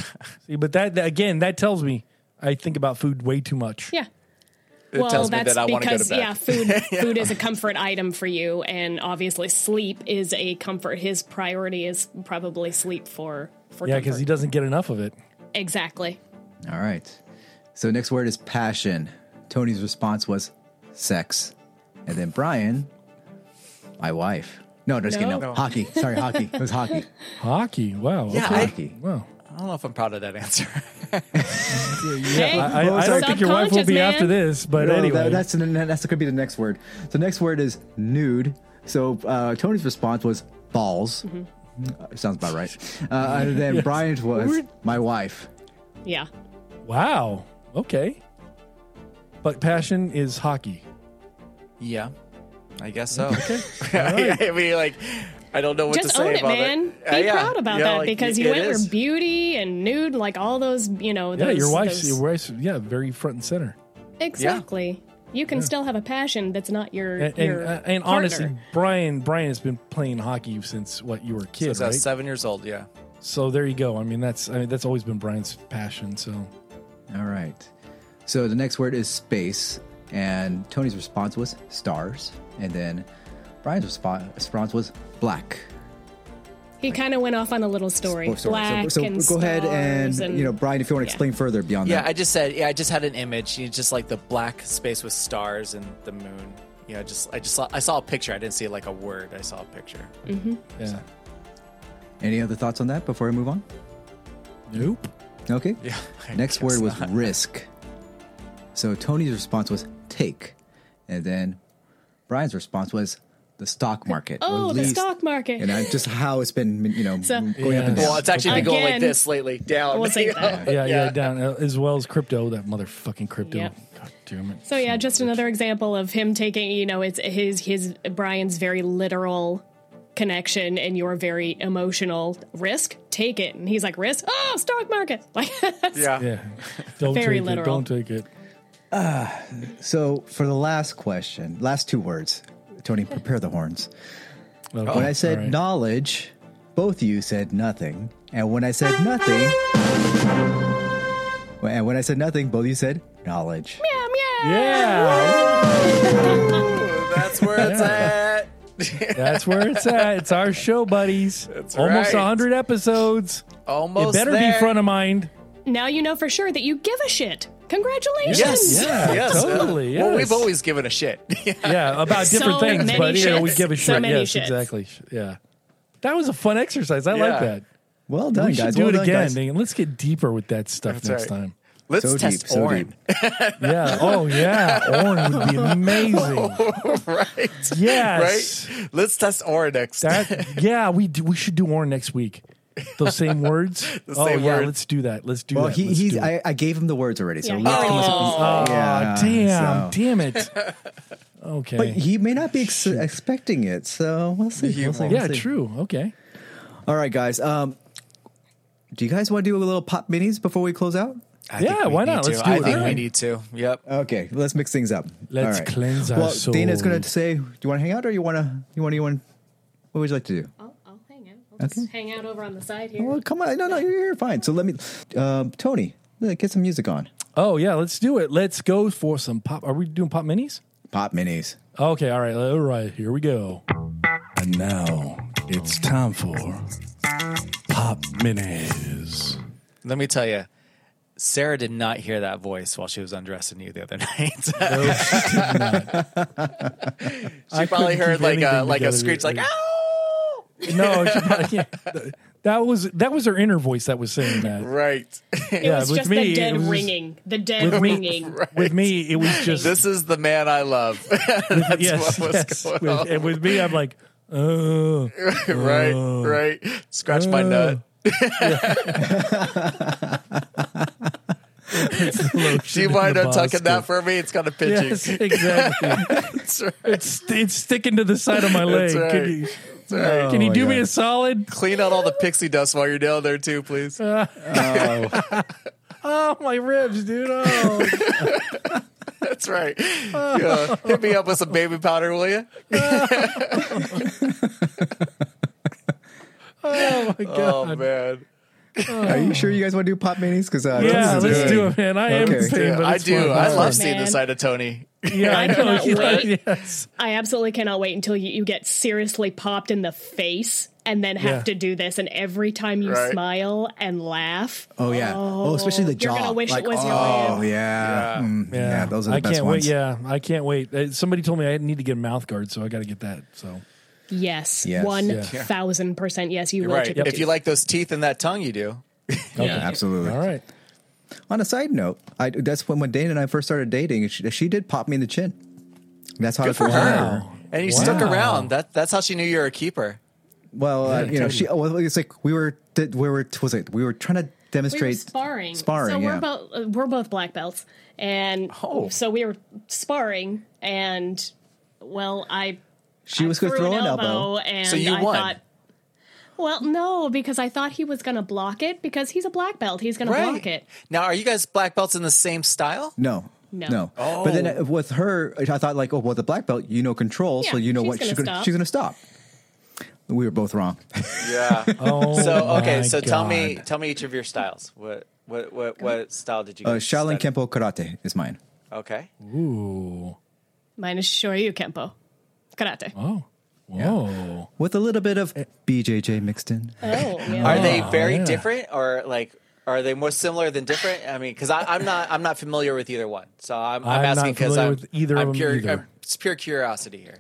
see, but that, that- again, that tells me I think about food way too much. yeah. It tells me that I want to go to because bed. [laughs] yeah, food food is a comfort item for you, and obviously sleep is a comfort. His priority is probably sleep for for Yeah, because comfort. he doesn't get enough of it. exactly. All right. So next word is passion. Tony's response was sex, and then Brian, my wife. No, no, just kidding. No. No. Hockey. Sorry, hockey. It was hockey. Hockey. Wow. Yeah, okay. I- Hockey. wow. I don't know if I'm proud of that answer. [laughs] Hey, I, I don't think your wife will subconscious, be man. after this, but No, anyway, that, that's the- that's could be the next word. The next word is nude. So uh, Tony's response was balls. Uh, sounds about right. Uh, and then Brian's was my wife. Yeah, wow. Okay. But passion is hockey. yeah, I guess so. [laughs] I mean, like, I don't know what to just say own it, about man. it. Uh, Be yeah. proud about You know, that like, because it- you it went is. for beauty and nude, like all those. You know, Yeah, those, your wife's those- your wife's yeah, very front and center. exactly. You can still have a passion that's not your And and, your uh, and partner. honestly, Brian Brian has been playing hockey since what you were a kid, Since I right? was uh, seven years old, yeah. So there you go. I mean, that's I mean that's always been Brian's passion. So All right. So the next word is space, and Tony's response was stars, and then Brian's respo- response was black. he kind of went off on a little story. Oh, sorry. Black so so and go ahead and, stars and you know, Brian, if you want to explain further beyond Yeah, that. I just said, yeah, I just had an image, you know, just like the black space with stars and the moon. You know, just I just saw, I saw a picture. I didn't see like a word. I saw a picture. yeah, Any other thoughts on that before I move on? nope. Okay. Yeah. [laughs] I Next guess word was not. risk. So Tony's response was take, and then Brian's response was the stock market. or oh, at the least- stock market. And I, just how it's been, you know, going up and Yeah. down. Well, it's actually been going like Again. this lately. Down. We'll take [laughs] that. Yeah, yeah, down uh, as well as crypto. That motherfucking crypto. Yep. God damn it. So yeah, just another example of him taking, you know, it's his his Brian's very literal connection and your very emotional risk. Take it, and he's like risk. Oh, stock market. [laughs] Like Yeah. [laughs] Yeah, don't take Very it. literal. Don't take it. So for the last question, last two words, Tony, prepare the horns. Okay, When Oh, I said all right. knowledge, both you said nothing, and when I said nothing, and when I said nothing, both you said knowledge. yeah, Ooh, that's where it's at. that's where it's at. It's our show, buddies. [laughs] That's Almost right. hundred episodes. Almost. it better there. be front of mind. now you know for sure that you give a shit. Congratulations. Yes. Yeah, yes. totally, Well, yes. we've always given a shit. [laughs] Yeah, about So different things, many but you know, we shits. give a So shit. many yes, shits. exactly. Yeah, that was a fun exercise. I Yeah. like that. Well done, we guys. should do Well it done, again. guys. and Let's get deeper with that stuff That's next right. time. Let's So test deep, so Orin. Yeah. Oh, yeah. Orin would be [laughs] amazing. [laughs] right. Yes. Right. Let's test Orin next. That. Yeah. We do, we should do Orin next week. Those [laughs] same words. oh same yeah. words. Let's do that. Let's do Well, that. he, Let's he's, do it. Oh. I, I gave him the words already, so Yeah, let's he come already up- yeah, damn. so- Damn [laughs] it. Okay. But he may not be ex- expecting it, so we'll see. We'll see, we'll yeah. see. True. Okay. All right, guys. Um, do you guys want to do a little pop minis before we close out? I Yeah, think we why need not? to. Let's do I it. think All we right. need to. Yep. Okay, let's mix things up. Let's cleanse our well, Dana's soul. going to say, "Do you want to hang out, or you want to? You want to? You want? What would you like to do?" I'll, I'll hang out. I'll just hang out over on the side here. Well, come on, no, no, you're here, fine. So let me, um, Tony, let- get some music on. Oh yeah, let's do it. Let's go for some pop. Are we doing pop minis? Pop minis. Okay, all right, all right. Here we go. And now it's time for pop minis. Let me tell you, Sarah did not hear that voice while she was undressing you the other [laughs] night. I she probably couldn't heard keep like a anything like a together. screech, like "Ah!" "Ow!" No, she probably- [laughs] yeah. that was that was her inner voice that was saying that. Right. yeah, it's with just me, the it dead was just- ringing. The dead with me- ringing. With me, it was just [laughs] this is the man I [laughs] love. That's yes, what was yes. going With- on. and with me, I'm like, oh, right, right. Scratch my Oh. [laughs] nut. Do you mind untucking that for me? It's kind of pitchy. Yes, exactly. [laughs] That's right. it's it's sticking to the side of my leg. That's right. Can you, That's right. can you Oh my do me God. a solid? Clean out all the pixie dust while you're down there too, please. Uh. Oh, my ribs, dude. Oh, That's right. Yeah. Hit me up with some baby powder, will you? oh my [laughs] Oh [laughs] god. man, Oh. Are you sure you guys want to do pop minis? Because uh, yeah, Tony's let's doing- do it, man. I am Okay. insane, but I it's do. fun. I It's love fun. seeing the Man. side of Tony. Yeah, I know. [laughs] cannot wait. [laughs] yes. I absolutely cannot wait until you, you get seriously popped in the face and then have Yeah. to do this. And every time you Right. smile and laugh, Oh yeah. Oh, especially the You're jaw. gonna wish it Like, was your oh rib. yeah. Mm, Yeah. Those are the I best can't ones. wait. Yeah, I can't wait. Uh, somebody told me I need to get a mouth guard, so I got to get that. So yes, Yes. one Yeah. thousand percent, yes, you will. Right. chip If it. you like those teeth and that tongue, you do. Yeah, absolutely. all right. On a side note, I, that's when when Dana and I first started dating. She, she did pop me in the chin. That's how I Good for first met her. And you stuck Wow. around. That that's how she knew you were a keeper. Well, uh, you know, she. Oh, well, it's like we were. Did, we were. Was it? We were trying to we demonstrate were sparring. Sparring. So yeah. we're both uh, we're both black belts, and Oh. so we were sparring, and well, I she I was going to threw throw an elbow. and So you I won. Thought, well, no, because I thought he was going to block it because he's a black belt. He's going to block it. Now, are you guys black belts in the same style? No. No. But then uh, with her, I thought like, oh, well, the black belt, you know control, so Yeah, you know she's what gonna she's going to stop. she's going to stop. We were both wrong. Yeah. [laughs] Oh, so okay. my So tell me, God. tell me each of your styles. What what what what style did you? Uh, Guys Shaolin study? Kempo Karate is mine. Okay. Ooh. Mine is Shoryu Kempo. Karate. Oh. Whoa. With a little bit of BJJ mixed in. Oh, [laughs] yeah. Are they very yeah. different, or like? Are they more similar than different? I mean, because I'm not, I'm not familiar with either one, so I'm, I'm, I'm not asking because familiar I'm, with either of I'm them pure, either. I'm- it's pure curiosity here.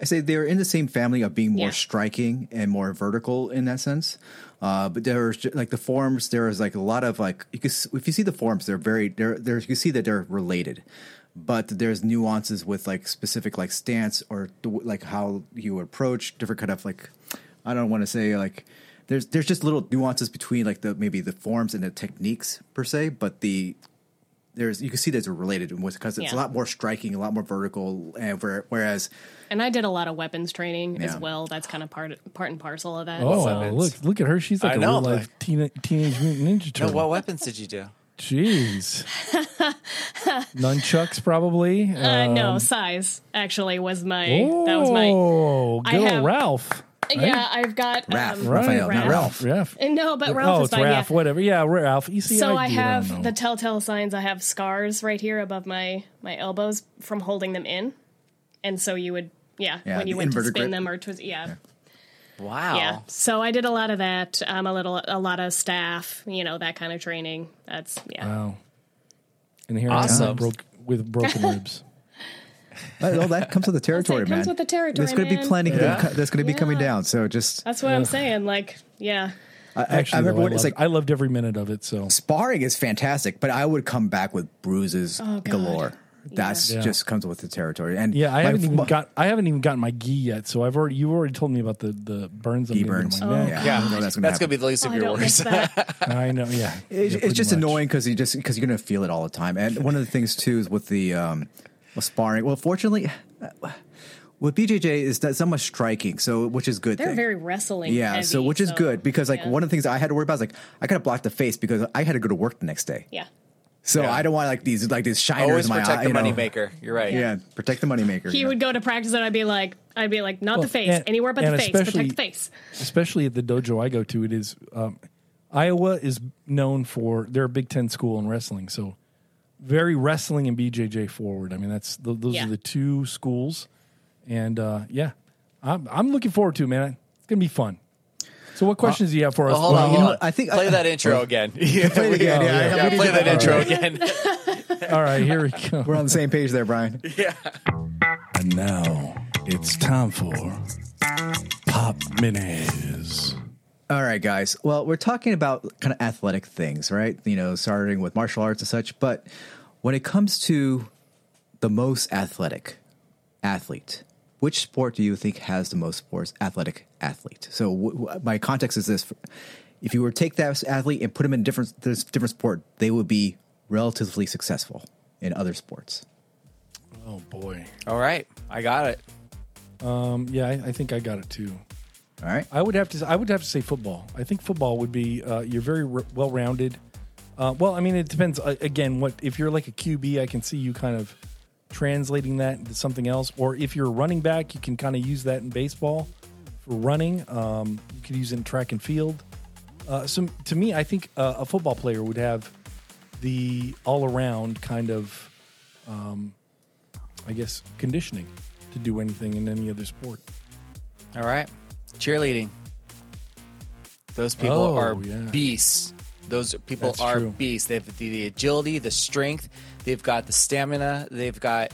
I say they're in the same family of being more Yeah. striking and more vertical in that sense. Uh, but there's ju- like the forms. There is like a lot of like you can, s- if you see the forms, they're very they're, they're you can see that they're related, but there's nuances with like specific like stance or the w- like how you approach different kind of like I don't want to say like there's there's just little nuances between like the maybe the forms and the techniques per se, but the there's you can see that they're related because it's a Yeah. lot more striking, a lot more vertical, and where, whereas And I did a lot of weapons training as Yeah. well. That's kind of part part and parcel of that. Oh, weapons? look! Look at her. She's like I a know, real life teen, teenage mutant ninja No, turtle. what weapons did you do? [laughs] Jeez. Nunchucks, probably. Uh, no, size actually was my that was my um, Oh, I good have- old Ralph. yeah. I've got Raph, um, Raphael, not Ralph. Ralph. And no, but Ralph oh, is it's fine. Ralph. yeah. Whatever. Yeah, Ralph. You see, So I, I do, have don't the know. telltale signs. I have scars right here above my my elbows from holding them in, and so you would yeah, Yeah, when you the went to inverted spin grip. them or twist yeah, yeah Wow. So I did a lot of that. Um, a little a lot of staff, you know, that kind of training. That's yeah. Wow. And here I am Awesome. broke, with [laughs] broken ribs. But all that comes with the it, territory, comes man. with the territory, There's going to be man. planning Yeah. co- that's going to be coming Yeah. down. So just That's what I'm saying. Like yeah, I, I- Actually, I though, remember I, when it's loved, like I loved every minute of it. So sparring is fantastic, but I would come back with bruises Oh, God. galore. That's Yeah. just comes with the territory. And yeah, I my- haven't even my- got I haven't even gotten my gi yet. So I've already you've already told me about the the burns. I'm knee gonna get burns. on my neck. yeah, Yeah, I know that's that's going gonna, to be the least of Oh, I your don't miss worries. [laughs] that. Oh. I know. Yeah, It's, Yeah, it's pretty just much. annoying because you just because you're going to feel it all the time. And one of the things too is with the um, with sparring. Well, fortunately, uh, with BJJ is that it's not much striking, so which is a good. they're thing. very wrestling. Yeah, heavy, so which is so, good because like yeah. one of the things I had to worry about is like I gotta block the face because I had to go to work the next day. yeah. So I don't want like these like these shiners [laughs] Always in my protect eye. the you know. moneymaker. You're right. Yeah. protect the moneymaker. He yeah. would go to practice and I'd be like, I'd be like, not the face, and- anywhere but the and face, protect especially- the face. especially at the dojo I go to, it is um, Iowa is known for they're a Big Ten school in wrestling, so very wrestling and BJJ forward. I mean, that's th- those Yeah. are the two schools, and uh, yeah, I'm I'm looking forward to it, man. It's gonna be fun. So, what questions do you have for us? Well, hold on, Blaine? hold on. I think- play I- that intro again. [laughs] Yeah, [laughs] [laughs] Play it again. Oh, yeah, yeah. yeah, we play did that that. intro All right. again. [laughs] All right, here we go. We're on the same page there, Brian. And now it's time for Pop Minis. All right, guys. Well, we're talking about kind of athletic things, right? You know, starting with martial arts and such. But when it comes to the most athletic athlete, which sport do you think has the most sports athletic athlete? So, w- w- my context is this: if you were to take that athlete and put them in different this different sport, they would be relatively successful in other sports. Oh boy, All right, I got it. um, yeah, I, I think I got it too. All right. I would have to. I would have to say football. I think football would be. Uh, you're very r- well rounded. Uh, well, I mean, it depends. Uh, again, what if you're like a QB? I can see you kind of translating that into something else. Or if you're a running back, you can kind of use that in baseball for running. Um, you could use it in track and field. Uh, so to me, I think uh, a football player would have the all around kind of, um, I guess, conditioning to do anything in any other sport. All right, cheerleading. Those people Oh, are yeah. beasts. Those people That's are true. beasts. They have the, the agility, the strength. They've got the stamina. They've got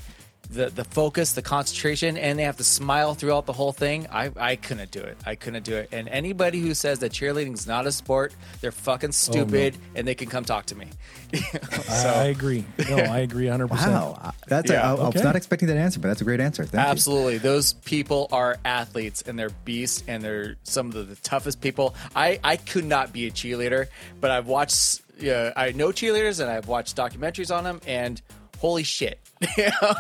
the the focus, the concentration, and they have to smile throughout the whole thing. I I couldn't do it. I couldn't do it. And anybody who says that cheerleading's not a sport, they're Oh, fucking stupid, and they can come talk to me. I, I agree. No, I agree 100%. Wow, that's Yeah. I, I Okay. was not expecting that answer, but that's a great answer. Thank you. Absolutely. Those people are athletes and they're beasts and they're some of the toughest people. I, I could not be a cheerleader, but I've watched, yeah, I know cheerleaders and I've watched documentaries on them and holy shit. [laughs]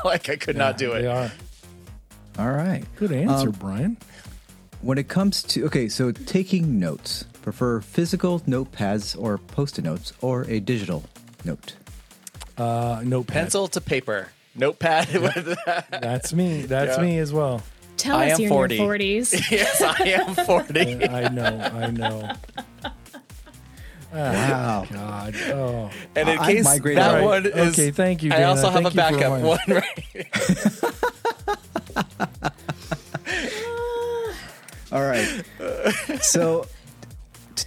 like I could not do it. They are. All right. Good answer, Brian. When it comes to okay, so taking notes, prefer physical notepads or post-it notes or a digital note. Uh, notepad. Pencil to paper, notepad. [laughs] with- That's me. That's Yeah. me as well. Tell I us am you're 40. in your [laughs] 40s. yes, I am 40. I know. I know. Wow. God. Oh. And in I case that migrated already. one is. Okay, thank you, I Dana. also have a Thank you for backup mine. one, [laughs] right? [laughs] All right. So,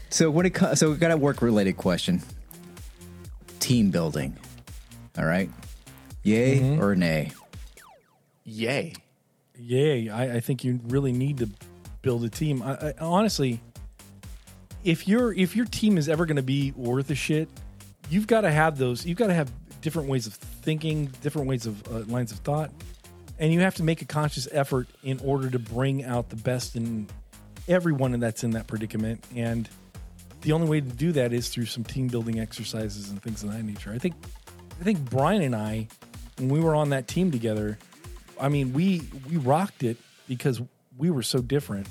so when it comes, so we got a work-related question. Team building. All right. Yay or nay? Yay. Yay. I, I think you really need to build a team. I, I, honestly, if your if your team is ever going to be worth a shit, you've got to have those. You've got to have different ways of thinking, different ways of uh, lines of thought, and you have to make a conscious effort in order to bring out the best in everyone that's in that predicament. And the only way to do that is through some team building exercises and things of that nature. I think I think Brian and I, when we were on that team together, I mean we we rocked it because we were so different,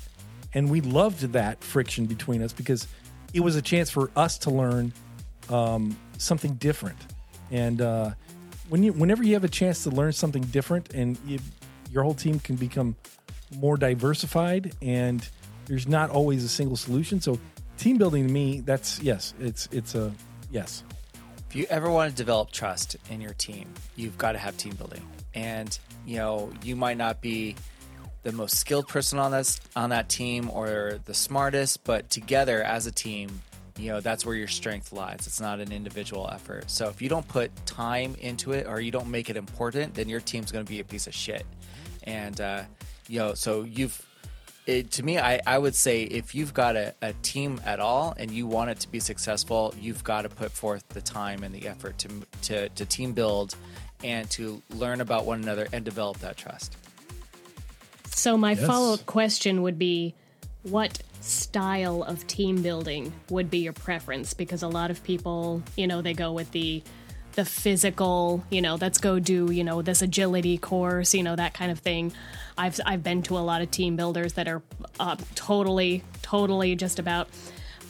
and we loved that friction between us because it was a chance for us to learn um, something different. And uh, when you whenever you have a chance to learn something different, and you, your whole team can become more diversified, and there's not always a single solution. So team building to me, that's yes, it's it's a yes. if you ever want to develop trust in your team, you've got to have team building. And you know, you might not be the most skilled person on that on that team or the smartest, but together as a team, you know, that's where your strength lies. It's not an individual effort. So if you don't put time into it or you don't make it important, then your team's going to be a piece of shit. And uh, you know, so you've it, to me, I, I would say if you've got a, a team at all and you want it to be successful, you've got to put forth the time and the effort to, to, to team build and to learn about one another and develop that trust. So my Yes. follow up question would be what style of team building would be your preference because a lot of people, you know, they go with the the physical, you know, let's go do, you know, this agility course, you know, that kind of thing. I've I've been to a lot of team builders that are uh, totally totally just about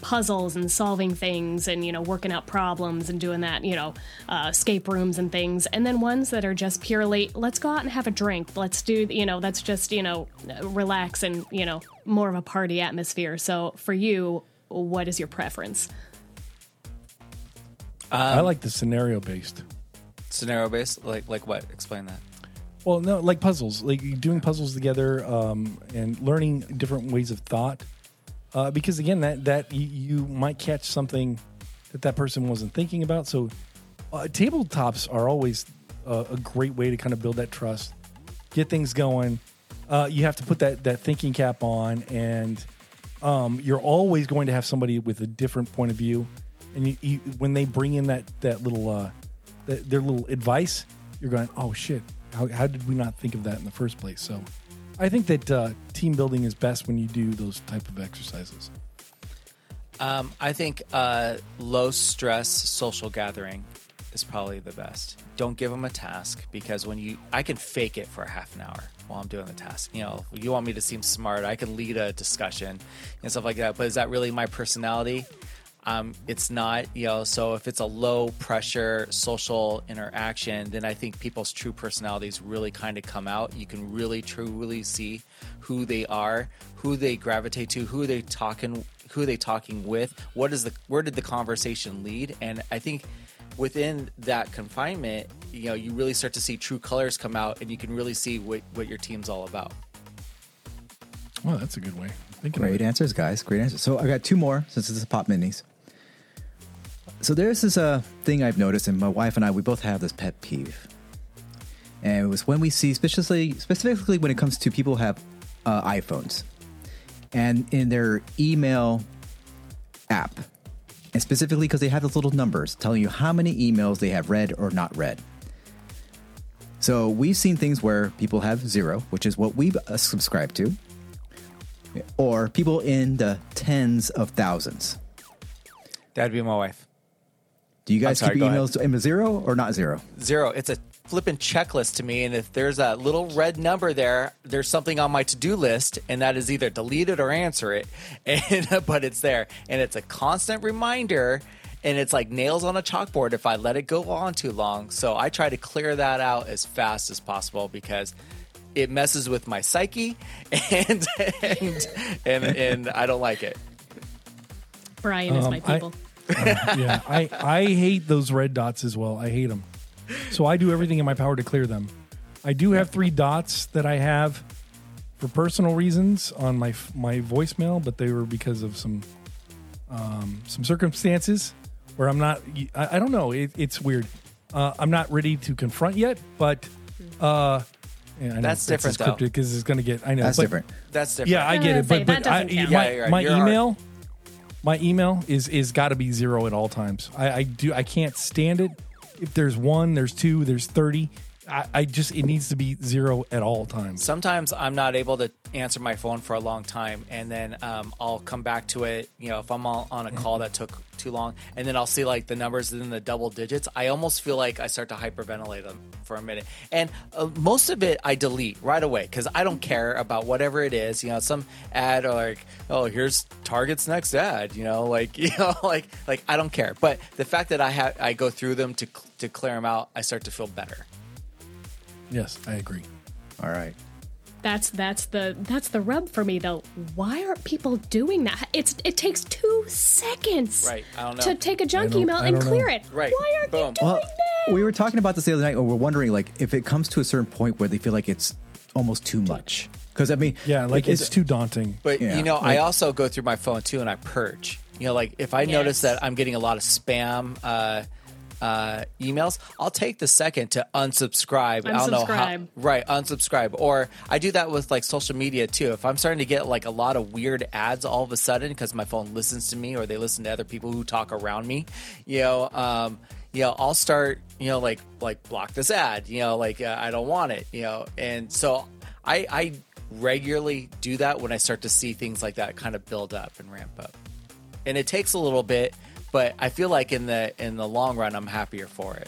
puzzles and solving things and you know working out problems and doing that you know uh, escape rooms and things and then ones that are just purely let's go out and have a drink let's do you know that's just you know relax and you know more of a party atmosphere so for you what is your preference I like the scenario based. Scenario based, like like what? Explain that. Well, no, like puzzles, like you doing puzzles together um, and learning different ways of thought. Uh, because again, that that y- you might catch something that that person wasn't thinking about. So, uh, tabletops are always uh, a great way to kind of build that trust, get things going. Uh, you have to put that that thinking cap on, and um, you're always going to have somebody with a different point of view. And you, you, when they bring in that that little uh, that, their little advice, you're going, oh shit, how, how did we not think of that in the first place? So, I think that uh, team building is best when you do those type of exercises. Um, I think uh, low stress social gathering is probably the best. Don't give them a task because when you, I can fake it for a half an hour while I'm doing the task. You know, you want me to seem smart. I can lead a discussion and stuff like that. But is that really my personality? Um, it's not, you know. So if it's a low pressure social interaction, then I think people's true personalities really kind of come out. You can really truly see who they are, who they gravitate to, who they talking, who they talking with. What is the where did the conversation lead? And I think within that confinement, you know, you really start to see true colors come out, and you can really see what what your team's all about. Well, that's a good way. of Thinking Great of it. answers, guys. Great answers. So I got two more since this is pop minis. So there's this uh, thing I've noticed, and my wife and I, we both have this pet peeve, and it was when we see, specifically, specifically when it comes to people who have uh, iPhones, and in their email app, and specifically because they have those little numbers telling you how many emails they have read or not read. So we've seen things where people have zero, which is what we uh, subscribe to, or people in the tens of thousands. That'd be my wife. Do you guys sorry, keep go your ahead. emails in a zero or not zero? zero. It's a flipping checklist to me. And if there's a little red number there, there's something on my to do list, and that is either delete it or answer it. [laughs] And but it's there, and it's a constant reminder. And it's like nails on a chalkboard if I let it go on too long. So I try to clear that out as fast as possible because it messes with my psyche, [laughs] and and and, and I don't like it. brian is my Um, I- people yeah, I, I hate those red dots as well. I hate them. So I do everything in my power to clear them. I do have three dots that I have for personal reasons on my my voicemail, but they were because of some um, some circumstances where I'm not. I, I don't know. It, it's weird. Uh, I'm not ready to confront yet, but uh, yeah, I know That's different, though. because it's going to get. I know That's but- different. That's different. yeah, I I get was it, gonna but, say, but that I, doesn't count. my, Yeah, you're right. my You're right. email, my email is is got to be zero at all times. I, I do I can't stand it. If there's one, there's two, there's thirty. I, I just it needs to be zero at all times. sometimes I'm not able to answer my phone for a long time, and then um, I'll come back to it. You know, if I'm all on a call that took too long, and then I'll see like the numbers and then the double digits. I almost feel like I start to hyperventilate them for a minute, and uh, most of it I delete right away because I don't care about whatever it is. You know, some ad or like, oh, here's Target's next ad. You know, like [laughs] you know, like like I don't care. But the fact that I have I go through them to cl- to clear them out, I start to feel better. Yes, I agree. All right. That's that's the that's the rub for me though. Why aren't people doing that? It's it takes two seconds Right, I don't know. to take a junk I don't- email I and don't clear know. it. Right, Why aren't boom. they doing Well, that? Uh, we were talking about this the other night, and we're wondering like if it comes to a certain point where they feel like it's almost too much. Because I mean, Yeah, like it's, too daunting. But Yeah. you know, I also go through my phone too, and I purge. You know, like if I notice Yes. that I'm getting a lot of spam uh, uh, emails, I'll take the second to unsubscribe. I don't know how, Unsubscribe. right? Unsubscribe, or I do that with like social media too. If I'm starting to get like a lot of weird ads all of a sudden because my phone listens to me or they listen to other people [laughs] who talk around me, you know, um, you know, I'll start, you know, like like block this ad, you know, like uh, I don't want it, you know, and so I I regularly do that when I start to see things like that kind of build up and ramp up, and it takes a little bit, but I feel like in the in the long run, I'm happier for it.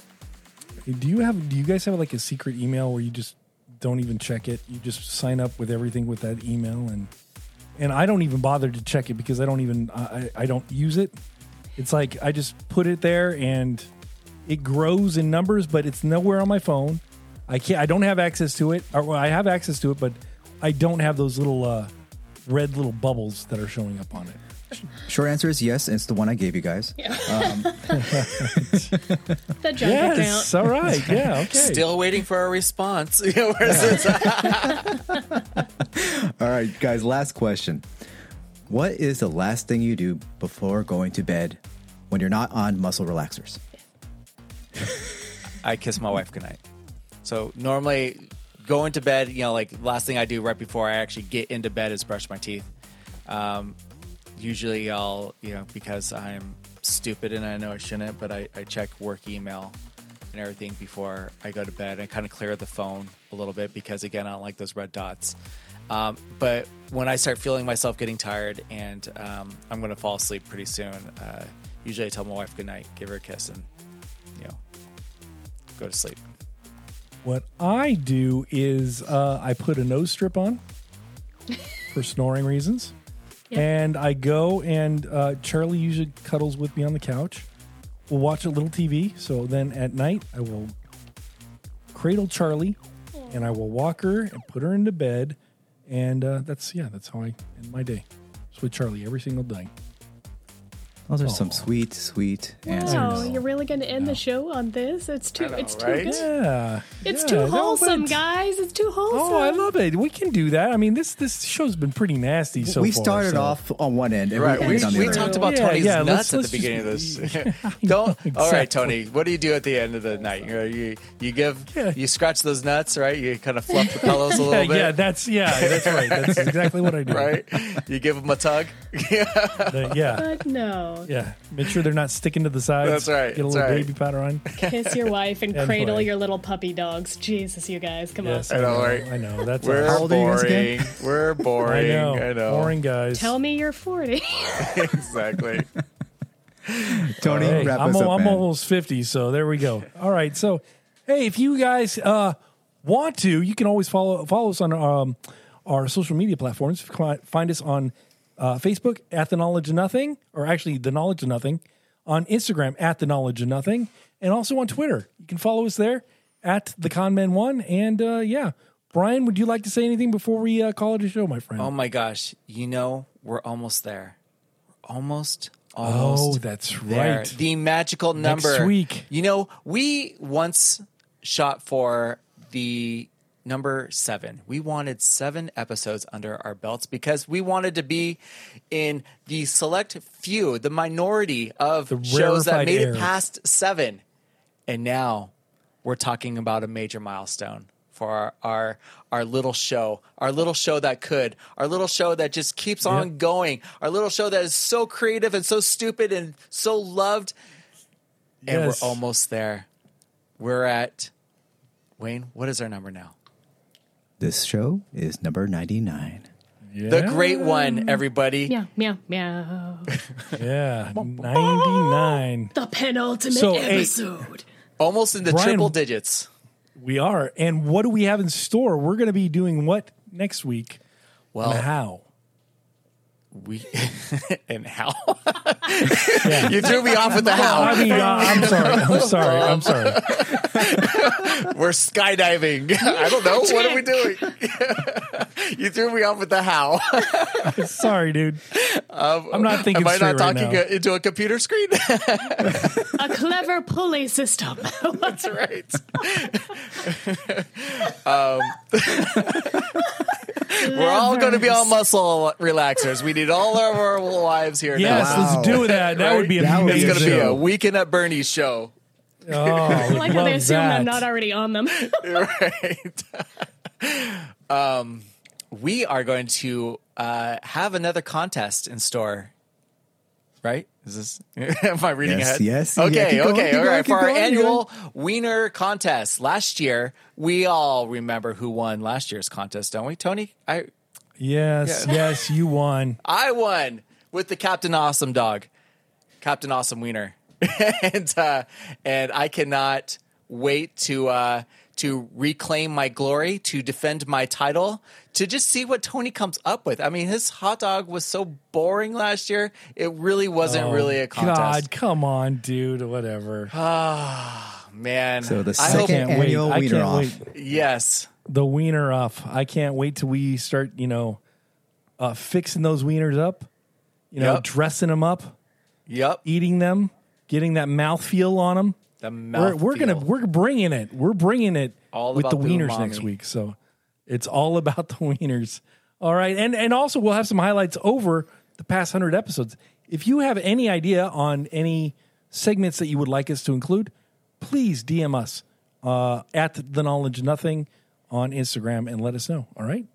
Do you have? Do you guys have like a secret email where you just don't even check it? You just sign up with everything with that email, and and I don't even bother to check it because I don't even I, I I don't use it. It's like I just put it there and it grows in numbers, but it's nowhere on my phone. I can't. I don't have access to it. Or well, I have access to it, but I don't have those little uh, red little bubbles that are showing up on it. Short answer is yes. and It's the one I gave you guys. The junk account. All right. Yeah. Okay. Still waiting for a response. [laughs] You know, where's this at? All right, guys. Last question. What is the last thing you do before going to bed when you're not on muscle relaxers? I kiss my wife goodnight. So normally going to bed, you know, like last thing I do right before I actually get into bed is brush my teeth. Um, usually I'll, you know, because I'm stupid and I know I shouldn't, but I, I check work email and everything before I go to bed. I kind of clear the phone a little bit because again, I don't like those red dots. Um, but when I start feeling myself getting tired and um, I'm going to fall asleep pretty soon, uh, usually I tell my wife goodnight, give her a kiss and, you know, go to sleep. What I do is uh, I put a nose strip on for snoring reasons. And I go and uh, Charlie usually cuddles with me on the couch. We'll watch a little TV. So then at night, I will cradle Charlie and I will walk her and put her into bed. And uh, that's, yeah, that's how I end my day. It's with Charlie every single day. Those are some sweet, sweet answers. Oh, you're really going to end the show on this? It's too. know, it's too right? good. Yeah. It's yeah, too no, but wholesome, it's- guys. It's too wholesome. Oh, I love it. We can do that. I mean, this this show's been pretty nasty so we far, started so- off on one end, and Right, we, we, ended on the we other. talked about Oh, Yeah, Tony's yeah, let's- nuts at the let's beginning [laughs] just- of this. Don't. All right, exactly. Tony. What do you do at the end of the night? You know, you, you give Yeah. you scratch those nuts, right? You kind of fluff the pillows a little Yeah, bit, yeah, that's yeah, that's right. That's exactly what I do. [laughs] right? You give them a tug. The- yeah, [laughs] But no, yeah. Make sure they're not sticking to the sides. That's right, Get a that's little right. baby powder on. kiss your [laughs] wife and And cradle play. your little puppy dogs. Jesus, you guys, come Yes, on. I know, know. right? I know. That's We're How old are you guys boring. again? We're I boring. know. Boring guys. Tell me you're 40. [laughs] exactly. [laughs] Tony, Hey, wrap I'm, us al- up, I'm man. almost 50, so there we go. All right. So, hey, if you guys uh, want to, you can always follow follow us on um, our social media platforms. Fi- Find us on uh, Facebook at the Knowledge of Nothing, or actually the Knowledge of Nothing, on Instagram at the Knowledge of Nothing, and also on Twitter. You can follow us there at the Con Men One. And uh, yeah, Brian, would you like to say anything before we uh, call it a show, my friend? Oh my gosh! You know, we're almost there. We're almost. oh Almost. that's there. right. The magical number. week. You know, we once shot for the number seven. We wanted seven episodes under our belts because we wanted to be in the select few, the minority of shows that rarefied made air. it past seven. And now we're talking about a major milestone for our, our our little show, our little show that could, our little show that just keeps on going, our little show that is so creative and so stupid and so loved. And Yes. we're almost there. We're at Wayne, what is our number now? This show is number 99. um, The Um, great one, everybody. [laughs] meow, meow, meow. Yeah, 99. The penultimate So, hey- episode. Almost in the Brian- triple digits. We are. And what do we have in store? We're going to be doing what next week? Well, and how? we [laughs] and how? [laughs] you threw me off with [laughs] the I how. mean, uh, I'm [laughs] sorry. I'm sorry. I'm sorry. We're [laughs] skydiving. I don't know. What are we doing? [laughs] you threw me off with the how. Sorry, dude. I'm not thinking Um, Am I straight right not talking now. uh, into a computer screen? A clever [laughs] pulley system. [laughs] That's right. Um, [laughs] We're all going to be on muscle relaxers. We need all of our lives here. Yes, now. Wow. let's do that. That would be That would be amazing. It's going a to be a show. weekend at Bernie's show. Oh, I like how love they assume that. I'm not already on them. right. um, we are going to uh, have another contest in store. Right? Is this? [laughs] Am I reading Yes, ahead? yes. Yeah, Okay. keep going, okay. keep all going, right. keep For our going, keep annual wiener contest last year, we all remember who won last year's contest, don't we, Tony? I Yes, Yeah. yes, you won. I won with the Captain Awesome dog, Captain [laughs] Awesome Wiener, and uh, and I cannot wait to uh, to reclaim my glory, to defend my title, to just see what Tony comes up with. I mean, his hot dog was so boring last year; it really wasn't really Oh, a contest. God, come on, dude. Whatever. Ah, Man, So the I second hope can't wait. annual I wiener can't off. wait. yes. the wiener off. I can't wait till we start, you know, uh, fixing those wieners up, you know, Yep. dressing them up, Yep. eating them, getting that mouthfeel on them. The We're, we're gonna mouthfeel. we're bringing it. We're bringing it All with the about the wieners umami. next week. So it's all about the wieners. All right, and and also we'll have some highlights over the past hundred episodes. If you have any idea on any segments that you would like us to include, please DM us uh, at the knowledge nothing on Instagram and let us know. All right.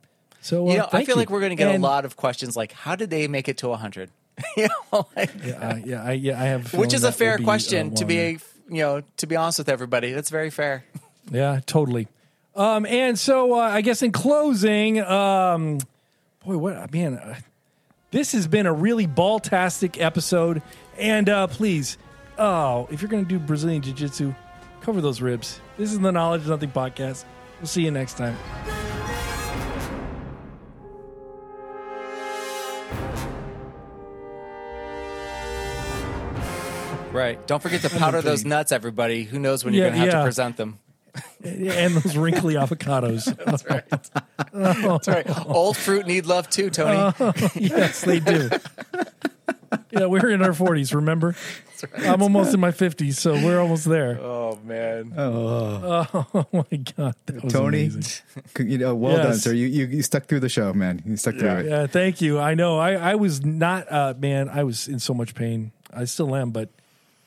So uh, You know, I thank feel you. like we're going to get And, a lot of questions like, how did they make it to 100? you know, like, Uh, yeah, I, yeah, I have. [laughs] which feeling is a that will fair be, uh, question to one be, there. you know, to be honest with everybody. That's very fair. Yeah, totally. Um, and so uh, I guess in closing, um, boy, what man, uh, this has been a really ball-tastic episode. And uh, please, oh, if you're going to do Brazilian jiu-jitsu, cover those ribs. This is the Knowledge of Nothing podcast. We'll see you next time. Right. [laughs] Don't forget to powder those nuts, everybody. Who knows when Yeah, you're going to have yeah. to present them. And those wrinkly avocados. Sorry. [laughs] Old fruit need love too, Tony. Uh, yes, they do. Yeah, we're in our 40s, remember? I'm almost in my 50s, so we're almost there. [laughs] Oh, oh, man. my God. that was Tony, amazing. [laughs] you know, well done, Yes. sir. You, you you stuck through the show, man. You stuck through it. Yeah, thank you. I know. I, I was not, uh, man, I was in so much pain. I still am, but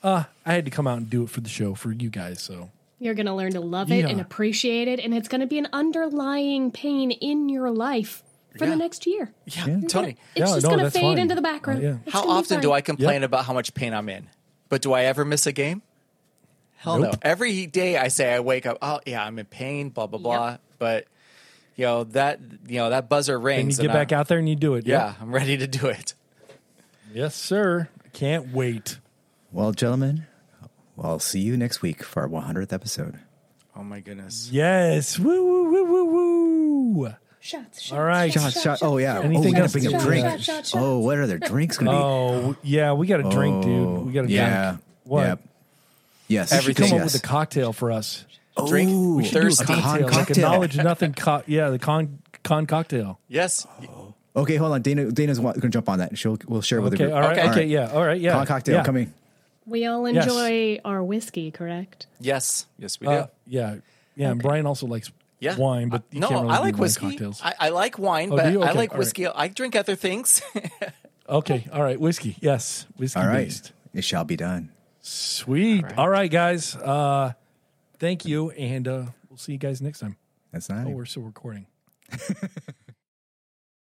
uh, I had to come out and do it for the show, for you guys. So, You're going to learn to love it and Yeah. appreciate it, and it's going to be an underlying pain in your life for Yeah. the next year. Yeah. Tony, It's Yeah, just no, going to that's fade fine. into the Uh, background. yeah. It's how gonna be often fine. do I complain about how much pain I'm in? But do I ever miss a game? Hell no. Nope. Every day I say I wake up, oh, yeah, I'm in pain, blah, blah, blah. But, you know, that, you know, that buzzer and you rings. get I- back out there and you do it. Yeah, I'm ready to do it. Yes, sir. Can't wait. Well, gentlemen, I'll see you next week for our 100th episode. Oh my goodness. Yes. Woo, woo, woo, woo, woo. Shots, shots, All right. Shot, shot. Oh yeah. Anything oh, we gotta else? bring Shot, up drinks. shot, shot, shot. Oh, what are their drinks gonna be? Oh, Oh, yeah. We got a drink, dude. We got a yeah. drink. What? Yep. Yes. You should come yes. up with a cocktail for us. Drink Ooh, we should do a thirsty. con- Cocktail, Like a cocktail. knowledge of nothing. Co- yeah, the con, con cocktail. Yes. Oh. Okay, hold on. Dana, Dana's wa- gonna jump on that. She'll we'll share with the Okay. group. All right. Okay. Okay. Yeah. All right. Yeah. Con cocktail yeah. coming. We all Yes. enjoy our whiskey, correct? Yes. Yes, we do. Uh, yeah. Yeah. And Brian also likes yeah. wine, but you no, can't really I do like wine whiskey. cocktails. I, I like wine, Oh, but do you? I Okay, like all right. whiskey. I drink other things. [laughs] Okay. All right. Whiskey. Yes. Whiskey All right. based. It shall be done. Sweet. All right. guys. Uh, thank you. And uh, we'll see you guys next time. That's not. [laughs] Oh, we're still recording.